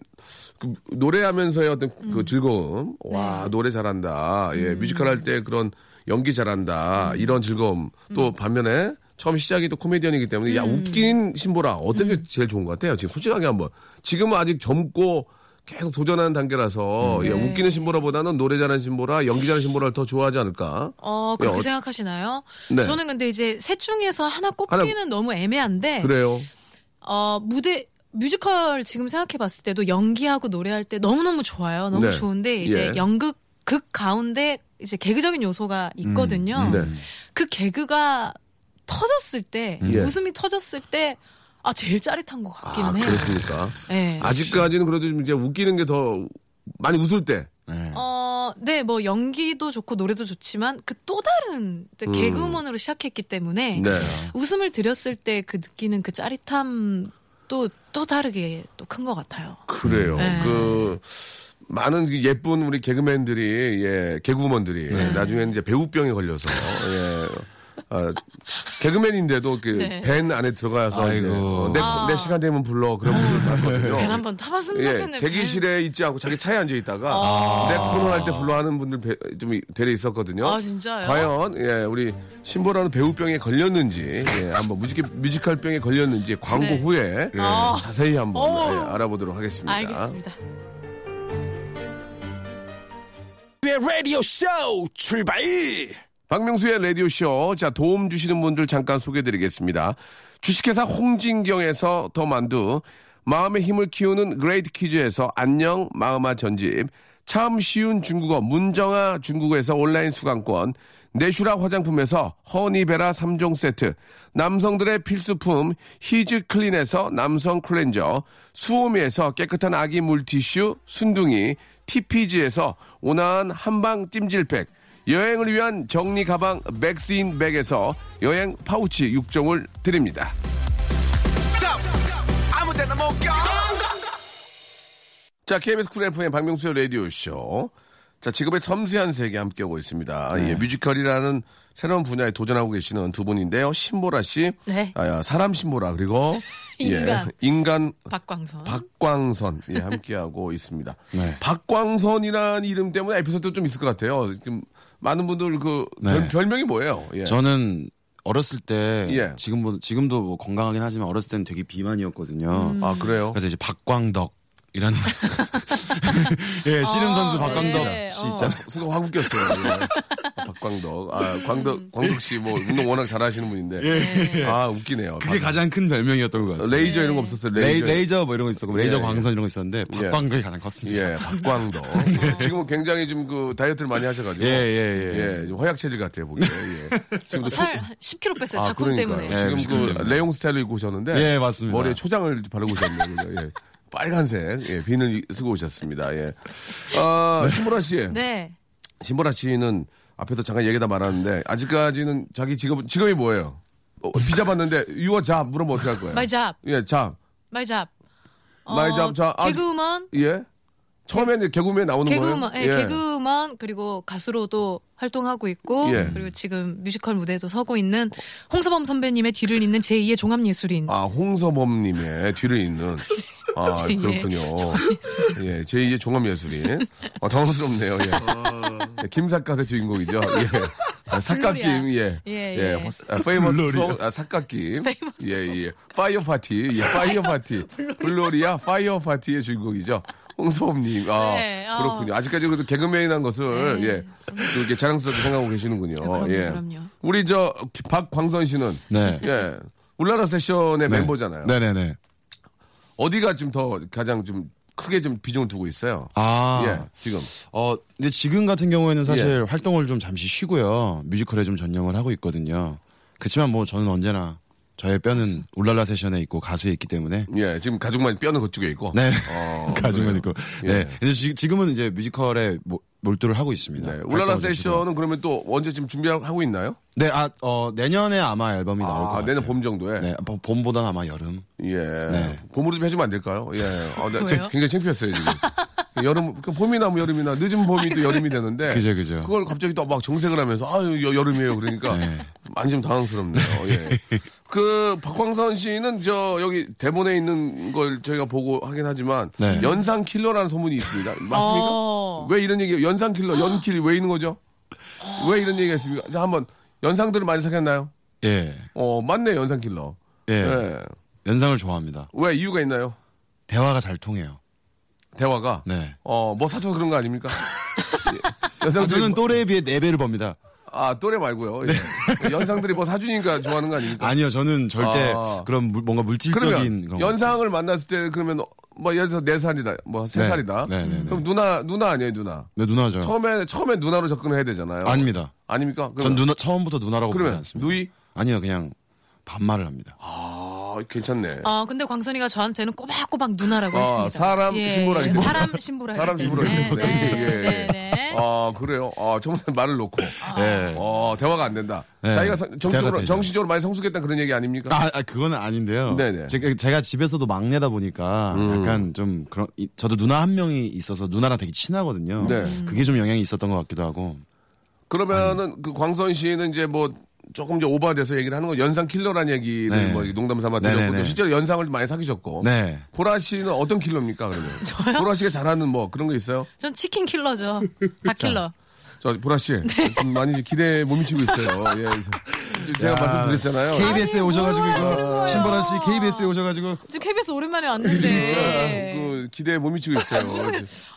Speaker 2: 그 노래하면서의 어떤
Speaker 3: 음.
Speaker 2: 그 즐거움,
Speaker 3: 네.
Speaker 2: 와 노래 잘한다, 예 뮤지컬 할 때 그런 연기
Speaker 3: 음.
Speaker 2: 잘한다 이런 즐거움 또 반면에 처음 시작이 또 코미디언이기 때문에
Speaker 3: 음.
Speaker 2: 야 웃긴 신보라 어떤 게 제일 좋은 것 같아요? 지금 솔직하게 한번 지금은 아직 젊고 계속 도전하는 단계라서 예,
Speaker 3: 네.
Speaker 2: 웃기는 신보라보다는 노래 잘하는 신보라, 연기 잘하는 신보라를 더 좋아하지 않을까?
Speaker 3: 어, 그렇게
Speaker 2: 야, 어-
Speaker 3: 생각하시나요?
Speaker 2: 네.
Speaker 3: 저는 근데 이제 셋 중에서 하나 꼽기는 너무 애매한데,
Speaker 2: 그래요.
Speaker 3: 어, 무대, 뮤지컬 지금 생각해 봤을 때도 연기하고 노래할 때 너무너무 좋아요. 너무
Speaker 2: 네.
Speaker 3: 좋은데, 이제
Speaker 2: 예.
Speaker 3: 연극, 극 가운데 이제 개그적인 요소가 있거든요.
Speaker 2: 네.
Speaker 3: 그 개그가 터졌을 때,
Speaker 2: 예.
Speaker 3: 웃음이 터졌을 때, 아, 제일 짜릿한 것 같기는
Speaker 2: 아
Speaker 3: 해요.
Speaker 2: 그렇습니까?
Speaker 3: 네.
Speaker 2: 아직까지는 그래도 좀 이제 웃기는 게 더 많이 웃을 때.
Speaker 4: 네.
Speaker 3: 어, 네, 뭐 연기도 좋고 노래도 좋지만 그 또 다른 또 개그우먼으로 시작했기 때문에
Speaker 2: 음. 네.
Speaker 3: 웃음을 드렸을 때 그 느끼는 그 짜릿함 또 또 다르게 또 큰 것 같아요.
Speaker 2: 그래요.
Speaker 3: 네.
Speaker 2: 그 많은 그 예쁜 우리 개그맨들이 예 개그우먼들이 나중에는 이제 배우병에 걸려서 예. 아, 개그맨인데도 그
Speaker 3: 네.
Speaker 2: 밴 안에 들어가서 이제
Speaker 4: 아이고.
Speaker 2: 어, 내, 내 시간 되면 불러 그런 분들
Speaker 3: 벤
Speaker 2: 많거든요.
Speaker 3: 한번 타봤으면
Speaker 2: 예,
Speaker 3: 좋겠네요.
Speaker 2: 대기실에 있지 않고 자기 차에 앉아 있다가 내 코너 할 때 불러 하는 분들 배- 좀 되려 있었거든요.
Speaker 3: 아, 진짜요?
Speaker 2: 과연 예, 우리 신보라는 배우병에 걸렸는지 예, 한번 뮤지컬, 뮤지컬 병에 걸렸는지 광고
Speaker 3: 네.
Speaker 2: 후에 예,
Speaker 3: 아.
Speaker 2: 자세히 한번
Speaker 3: 오.
Speaker 2: 예, 알아보도록 하겠습니다.
Speaker 3: 알겠습니다.
Speaker 1: 내 라디오 쇼 출발!
Speaker 2: 박명수의 라디오쇼. 자, 도움 주시는 분들 잠깐 소개해드리겠습니다. 주식회사 홍진경에서 더 만두, 마음의 힘을 키우는 그레이트 퀴즈에서 안녕, 마음아 전집, 참 쉬운 중국어 문정아 중국어에서 온라인 수강권, 내슈라 화장품에서 허니베라 3종 세트, 남성들의 필수품 히즈 클린에서 남성 클렌저, 수오미에서 깨끗한 아기 물티슈, 순둥이, TPG에서 온화한 한방 찜질팩, 여행을 위한 정리 가방 맥스인 백에서 여행 파우치 6종을 드립니다.
Speaker 1: 스톱! 아무 데나 못 가!
Speaker 2: 자, KBS 쿨 FM 박명수의 라디오쇼. 자, 직업의 섬세한 세계 함께하고 있습니다. 예, 뮤지컬이라는 새로운 분야에 도전하고 계시는 두 분인데요. 신보라 씨.
Speaker 3: 네.
Speaker 2: 아, 야, 사람 신보라. 그리고.
Speaker 3: 인간.
Speaker 2: 예, 인간
Speaker 3: 박광선.
Speaker 2: 박광선. 예, 함께하고 있습니다.
Speaker 4: 네.
Speaker 2: 박광선이라는 이름 때문에 에피소드도 좀 있을 것 같아요. 지금 많은 분들 그
Speaker 4: 네.
Speaker 2: 별, 명이 뭐예요? 예.
Speaker 4: 저는 어렸을 때
Speaker 2: 예.
Speaker 4: 지금 뭐, 지금도 뭐 건강하긴 하지만 어렸을 때는 되게 비만이었거든요.
Speaker 2: 아, 그래요?
Speaker 4: 그래서 이제 박광덕이라는 예 씨름 선수
Speaker 3: 아,
Speaker 4: 박광덕
Speaker 2: 예,
Speaker 3: 네.
Speaker 4: 씨
Speaker 3: 어.
Speaker 4: 있잖아요.
Speaker 2: 순간 확 웃겼어요. 예. 박광덕. 아, 광덕, 광덕 씨 뭐 운동 워낙 잘하시는 분인데. 아, 웃기네요.
Speaker 4: 예, 그게
Speaker 2: 박-
Speaker 4: 가장 큰 별명이었던 것 같아요.
Speaker 2: 레이저 이런 거 없었어요.
Speaker 4: 레이,
Speaker 2: 레이저.
Speaker 4: 레이저 뭐 이런 거 있었고 레이저
Speaker 2: 예, 예.
Speaker 4: 광선 이런 거 있었는데 박광덕이 가장 컸습니다.
Speaker 2: 예, 박광덕. 지금은 굉장히 지금 그 다이어트를 많이 하셔가지고.
Speaker 4: 네. 예, 예, 예.
Speaker 2: 예, 지금 허약 체질 같아요, 보기에. 예. 지금도
Speaker 3: 어, 살 10kg 뺐어요.
Speaker 2: 아,
Speaker 3: 작품
Speaker 2: 그러니까요.
Speaker 3: 때문에.
Speaker 4: 예. 네,
Speaker 2: 지금
Speaker 4: 뮤지컬
Speaker 2: 그
Speaker 4: 때문에.
Speaker 2: 레용 스타일로 입고 오셨는데.
Speaker 4: 예, 맞습니다.
Speaker 2: 머리에 초장을 바르고 오셨네요. 그죠? 예. 빨간색, 예, 비늘 쓰고 오셨습니다. 예. 아, 신보라 씨.
Speaker 3: 네.
Speaker 2: 신보라 씨는 앞에서 잠깐 얘기다 말았는데 아직까지는 자기 직업 직업이 뭐예요? 어, 비자 봤는데 유어 잡 물어보면 어떻게 할 거예요?
Speaker 3: My job.
Speaker 2: 예, 잡.
Speaker 3: My job. 어,
Speaker 2: My job, 자, 아,
Speaker 3: 개그우먼.
Speaker 2: 예. 처음에는 개그맨 나오는
Speaker 3: 개그우먼,
Speaker 2: 거예요?
Speaker 3: 예, 개그우먼 그리고 가수로도 활동하고 있고
Speaker 2: 예.
Speaker 3: 그리고 지금 뮤지컬 무대에도 서고 있는 홍서범 선배님의 뒤를 잇는 제2의 종합예술인. 네,
Speaker 2: 아, 홍서범 님의 뒤를 잇는 아,
Speaker 3: 제2의
Speaker 2: 그렇군요. 예, 제2의 종합예술인. 아, 당황스럽네요. 예. 예, 김삿갓의 주인공이죠. 예. 아, 삿갓김, 예.
Speaker 3: 예, 예.
Speaker 2: 허- 아, 페이머스 송, 아, 삿갓김. 예, 예. 파이어 파티, 예, 파이어 파티. 블로리아 파이어 파티의 주인공이죠. 홍소범님, 아,
Speaker 3: 네, 어.
Speaker 2: 그렇군요. 아직까지 그래도 개그맨이란 것을,
Speaker 3: 네. 아,
Speaker 2: 예, 또 이렇게 자랑스럽게 생각하고 계시는군요.
Speaker 3: 그럼요,
Speaker 2: 예.
Speaker 3: 그럼요.
Speaker 2: 우리 저, 박광선 씨는,
Speaker 4: 네.
Speaker 2: 예, 울라라 세션의
Speaker 4: 네.
Speaker 2: 멤버잖아요.
Speaker 4: 네네네.
Speaker 2: 어디가 좀 더 가장 좀 크게 좀 비중을 두고 있어요?
Speaker 4: 아,
Speaker 2: 예, 지금.
Speaker 4: 어, 근데 지금 같은 경우에는 사실 활동을 좀 잠시 쉬고요. 뮤지컬에 좀 전념을 하고 있거든요. 그렇지만 뭐 저는 언제나 저의 뼈는 울랄라 세션에 있고 가수에 있기 때문에
Speaker 2: 예, 지금 가죽만 뼈는 그쪽에 있고.
Speaker 4: 네.
Speaker 2: 어,
Speaker 4: 가수만
Speaker 2: 그래요.
Speaker 4: 있고.
Speaker 2: 예.
Speaker 4: 네. 근데 지- 지금은 이제 뮤지컬에 모- 몰두를 하고 있습니다.
Speaker 2: 네. 울랄라
Speaker 4: 활동을 좀 쉬고요.
Speaker 2: 세션은 그러면 또 언제 지금 준비하고 있나요?
Speaker 4: 네, 아, 어, 내년에 아마 앨범이 나올 것
Speaker 2: 아,
Speaker 4: 같아요.
Speaker 2: 내년 봄 정도에.
Speaker 4: 네, 봄- 봄보단 아마 여름.
Speaker 2: 예.
Speaker 4: 네.
Speaker 2: 봄으로 좀 해주면 안 될까요? 예. 아, 나
Speaker 3: 왜요?
Speaker 2: 지금 굉장히 창피했어요, 지금. 여름 그 봄이나 뭐 여름이나 늦은 봄이 또 여름이 되는데
Speaker 4: 그죠, 그죠.
Speaker 2: 그걸 갑자기 또 막 정색을 하면서 아유 여- 여름이에요 그러니까
Speaker 4: 네.
Speaker 2: 많이 좀 당황스럽네요. 예. 그 박광선 씨는 저 여기 대본에 있는 걸 저희가 보고 하긴 하지만
Speaker 4: 네.
Speaker 2: 연상 킬러라는 소문이 있습니다. 맞습니까?
Speaker 3: 어.
Speaker 2: 왜 이런 얘기 연상 킬러 연킬이 왜 있는 거죠? 왜 이런 얘기가 있습니까? 자 한번 연상들을 많이 사귀었나요?
Speaker 4: 예.
Speaker 2: 어 맞네 연상 킬러.
Speaker 4: 예.
Speaker 2: 예.
Speaker 4: 연상을 좋아합니다.
Speaker 2: 왜 이유가 있나요?
Speaker 4: 대화가 잘 통해요.
Speaker 2: 대화가
Speaker 4: 네.
Speaker 2: 어뭐 사줘서 그런 거 아닙니까? 예. 연상들이
Speaker 4: 아, 저는
Speaker 2: 뭐-
Speaker 4: 또래에 네. 비해 4배를 법니다.
Speaker 2: 아 또래 말고요. 예. 연상들이 뭐 사주니까 좋아하는 거 아닙니까?
Speaker 4: 아니요, 저는 절대
Speaker 2: 아.
Speaker 4: 그런 물- 뭔가 물질적인
Speaker 2: 그러면
Speaker 4: 그런
Speaker 2: 연상을 만났을 때 그러면 뭐 예를 들어 네 살이다, 뭐 세
Speaker 4: 네.
Speaker 2: 살이다.
Speaker 4: 네, 네, 네.
Speaker 2: 그럼 누나 누나 아니에요 누나.
Speaker 4: 네, 누나죠.
Speaker 2: 처음에 처음에 누나로 접근을 해야 되잖아요.
Speaker 4: 아닙니다.
Speaker 2: 아닙니까?
Speaker 4: 전
Speaker 2: 그러면-
Speaker 4: 누나 처음부터 누나라고 부르지
Speaker 2: 그러면
Speaker 4: 않습니다.
Speaker 2: 누이?
Speaker 4: 아니요, 그냥 반말을 합니다.
Speaker 2: 아 괜찮네.
Speaker 3: 아 근데 광선이가 저한테는 꼬박꼬박 누나라고
Speaker 2: 아,
Speaker 3: 했습니다. 예,
Speaker 2: 사람 신부라 했죠.
Speaker 3: 사람 신부라.
Speaker 2: 사람 신부라
Speaker 3: 했죠.
Speaker 2: 했죠.
Speaker 3: 네,
Speaker 2: 예, 예.
Speaker 3: 네, 네.
Speaker 2: 아 그래요. 아 저번에 말을 놓고.
Speaker 4: 예.
Speaker 2: 어 대화가 안 된다.
Speaker 4: 네.
Speaker 2: 자기가 사-
Speaker 4: 대화가
Speaker 2: 정식으로
Speaker 4: 되죠.
Speaker 2: 정식적으로 많이 성숙했다 그런 얘기 아닙니까?
Speaker 4: 아, 아, 그건 아닌데요.
Speaker 2: 네네. 음.
Speaker 4: 제가, 제가 집에서도 막내다 보니까 약간 좀 그런 이- 저도 누나 한 명이 있어서 누나랑 되게 친하거든요.
Speaker 2: 네.
Speaker 4: 그게 좀 영향이 있었던 것 같기도 하고.
Speaker 2: 그러면은 그 광선 씨는 이제 뭐 조금 이제 오버돼서 얘기를 하는 건 연상 킬러라는 얘기를
Speaker 4: 네.
Speaker 2: 뭐 농담 삼아
Speaker 4: 네,
Speaker 2: 드렸고
Speaker 4: 네,
Speaker 2: 또
Speaker 4: 네.
Speaker 2: 실제로 연상을 많이 사귀셨고.
Speaker 4: 네.
Speaker 2: 보라 씨는 어떤 킬러입니까 그러면?
Speaker 3: 저요?
Speaker 2: 보라 씨가 잘하는 뭐 그런 거 있어요?
Speaker 3: 전 치킨 킬러죠. 다 킬러.
Speaker 2: 저 보라 씨
Speaker 3: 네.
Speaker 2: 좀 많이 기대 못 미치고 있어요. 예. 지금 제가 말씀드렸잖아요.
Speaker 4: KBS에
Speaker 3: 아니,
Speaker 4: 오셔가지고
Speaker 3: 뭐 하시는
Speaker 4: 이거
Speaker 3: 거예요?
Speaker 4: 신보라 씨 KBS에 오셔가지고
Speaker 3: 지금 KBS 오랜만에
Speaker 2: 예,
Speaker 3: 왔는데.
Speaker 2: 그 기대 못 미치고 있어요.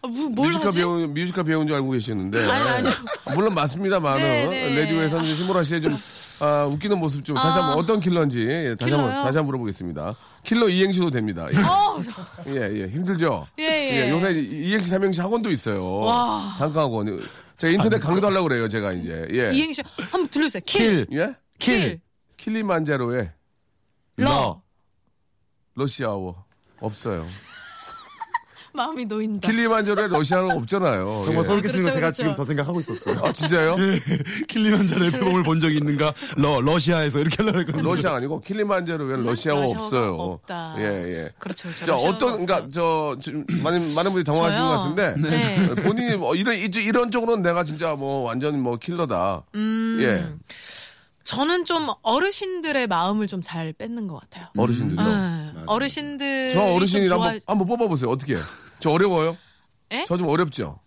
Speaker 3: 아, 뭐, 뭘
Speaker 2: 뮤지컬
Speaker 3: 하지?
Speaker 2: 배우 뮤지컬 배우인 줄 알고 계시는데
Speaker 3: 아니, 아니요.
Speaker 2: 물론 맞습니다만은
Speaker 3: 네, 네.
Speaker 2: 레디오에서는 신보라 씨의 좀 아, 웃기는 모습 좀 다시
Speaker 3: 아.
Speaker 2: 한번 어떤 킬러인지 예, 다시 한번
Speaker 3: 킬러요?
Speaker 2: 다시 한번 물어보겠습니다. 킬러 이행시도 됩니다. 예.
Speaker 3: 어,
Speaker 2: 예, 예, 힘들죠?
Speaker 3: 예, 예.
Speaker 2: 요새 이행시 삼행시 학원도 있어요.
Speaker 3: 와.
Speaker 2: 단과학원. 제가 인터넷 강의도 하려고 그래요, 제가 이제. 예.
Speaker 3: 이행시 한번 들려주세요. 킬,
Speaker 4: 킬,
Speaker 2: 예?
Speaker 3: 킬,
Speaker 2: 킬리만자로의
Speaker 3: 러.
Speaker 2: 러시아어. 없어요.
Speaker 3: 마음이 놓인다.
Speaker 2: 킬리만자로의 러시아어는 없잖아요.
Speaker 4: 정말
Speaker 2: 예.
Speaker 4: 소름 끼치는 거
Speaker 3: 그렇죠,
Speaker 4: 제가
Speaker 3: 그렇죠.
Speaker 4: 지금 저 생각하고 있었어요.
Speaker 2: 아, 진짜요?
Speaker 4: 킬리만자로의 표범을 본 적이 있는가? 러, 러시아에서 이렇게 하려고 했거든요.
Speaker 2: 러시아 아니고 킬리만자로의 러시아어
Speaker 3: 네, 러시아어가
Speaker 2: 없어요.
Speaker 3: 없다.
Speaker 2: 예, 예.
Speaker 3: 그렇죠. 그렇죠.
Speaker 2: 자,
Speaker 3: 러시아어가
Speaker 2: 어떤, 그니까, 저, 지금 많은, 많은 분들이 당황하신
Speaker 3: 저요?
Speaker 2: 것 같은데.
Speaker 3: 네.
Speaker 2: 본인이 뭐 이런, 이- 이런 쪽으로는 내가 진짜 뭐 완전 뭐 킬러다.
Speaker 3: 음.
Speaker 2: 예.
Speaker 3: 저는 좀 어르신들의 마음을 좀 잘 뺏는 것 같아요.
Speaker 2: 어르신들요.
Speaker 3: 네.
Speaker 2: 뭐,
Speaker 3: 어르신들.
Speaker 2: 저 어르신이라
Speaker 3: 좋아...
Speaker 2: 한번, 한번 뽑아보세요. 어떻게? 저 어려워요?
Speaker 3: 에?
Speaker 2: 저 좀 어렵죠?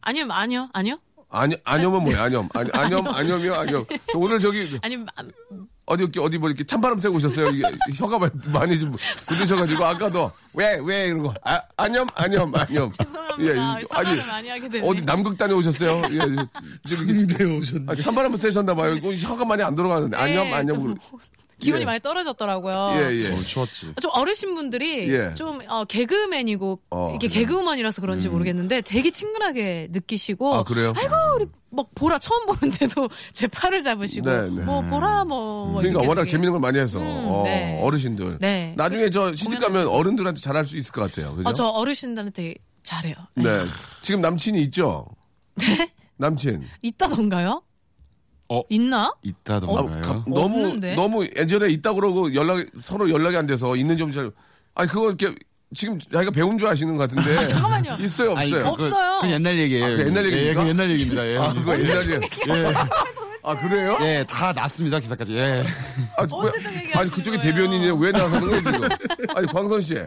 Speaker 3: 아니요, 아니요, 아니요.
Speaker 2: 아니, 안염은 뭐예요? 안염. 아니, 안염, 안염이요? 안염. 저 오늘 저기,
Speaker 3: 아니, 마-
Speaker 2: 예, 어디, 이렇게, 어디 뭐 이렇게 찬바람 쐬고 오셨어요? 이게 혀가 많이- 많이 좀 굳으셔가지고, 아까도, 왜, 왜? 이러고, 아, 안염, 안염, 안염.
Speaker 3: 죄송합니다.
Speaker 2: 예, 이-
Speaker 3: 사과를 많이 하게 되네요.
Speaker 2: 어디 남극 다녀오셨어요? 예, 지금 이렇게
Speaker 4: 군대 오셨네.
Speaker 2: 아, 찬바람 쐬셨나봐요. 이거 혀가 많이 안 돌아가는데. 안염,
Speaker 3: 네,
Speaker 2: 안염.
Speaker 3: 좀
Speaker 2: 그러-
Speaker 3: 기분이
Speaker 2: 예.
Speaker 3: 많이 떨어졌더라고요.
Speaker 2: 예, 예.
Speaker 4: 어, 추웠지.
Speaker 3: 좀 어르신 분들이
Speaker 2: 예.
Speaker 3: 좀 어, 개그맨이고
Speaker 2: 어,
Speaker 3: 이게
Speaker 2: 네.
Speaker 3: 개그우먼이라서 그런지 모르겠는데 되게 친근하게 느끼시고
Speaker 2: 아, 그래요?
Speaker 3: 이고 우리 막 보라 처음 보는데도 제 팔을 잡으시고
Speaker 2: 네, 네.
Speaker 3: 뭐 보라 뭐, 뭐
Speaker 2: 그러니까
Speaker 3: 이렇게
Speaker 2: 워낙
Speaker 3: 되게-
Speaker 2: 재밌는 걸 많이 해서
Speaker 3: 음,
Speaker 2: 어,
Speaker 3: 네.
Speaker 2: 르신들
Speaker 3: 네.
Speaker 2: 나중에 저 시집 가면 어른들한테 잘할 수 있을 것 같아요. 그죠?
Speaker 3: 어, 저 어르신들한테 잘해요. 네.
Speaker 2: 네. 지금 남친이 있죠? 남친.
Speaker 3: 있다던가요?
Speaker 4: 어?
Speaker 3: 있나?
Speaker 2: 아,
Speaker 4: 있다던가요?
Speaker 2: 가- 너무
Speaker 3: 없는데?
Speaker 2: 너무 예전에 있다 그러고 연락 서로 연락이 안 돼서 있는 점 잘. 아니 그거 이렇게 지금 자기가 배운 줄 아시는 것 같은데.
Speaker 3: 잠깐만요.
Speaker 2: 있어요 없어요.
Speaker 3: 그거- 없어요.
Speaker 4: 그건 옛날 얘기예요.
Speaker 2: 그 옛날 얘기입니까?
Speaker 4: 예, 그건 옛날 얘기입니다. 예.
Speaker 2: 아 그거 옛날에. 아 그래요?
Speaker 4: 예, 다 났습니다 기사까지. 예.
Speaker 2: 아, 뭐야?
Speaker 3: 언제적 얘기하시는
Speaker 2: 아니 그쪽에
Speaker 3: 거예요?
Speaker 2: 대변인이 왜 나서는 거예요 지금? 아니 광선 씨.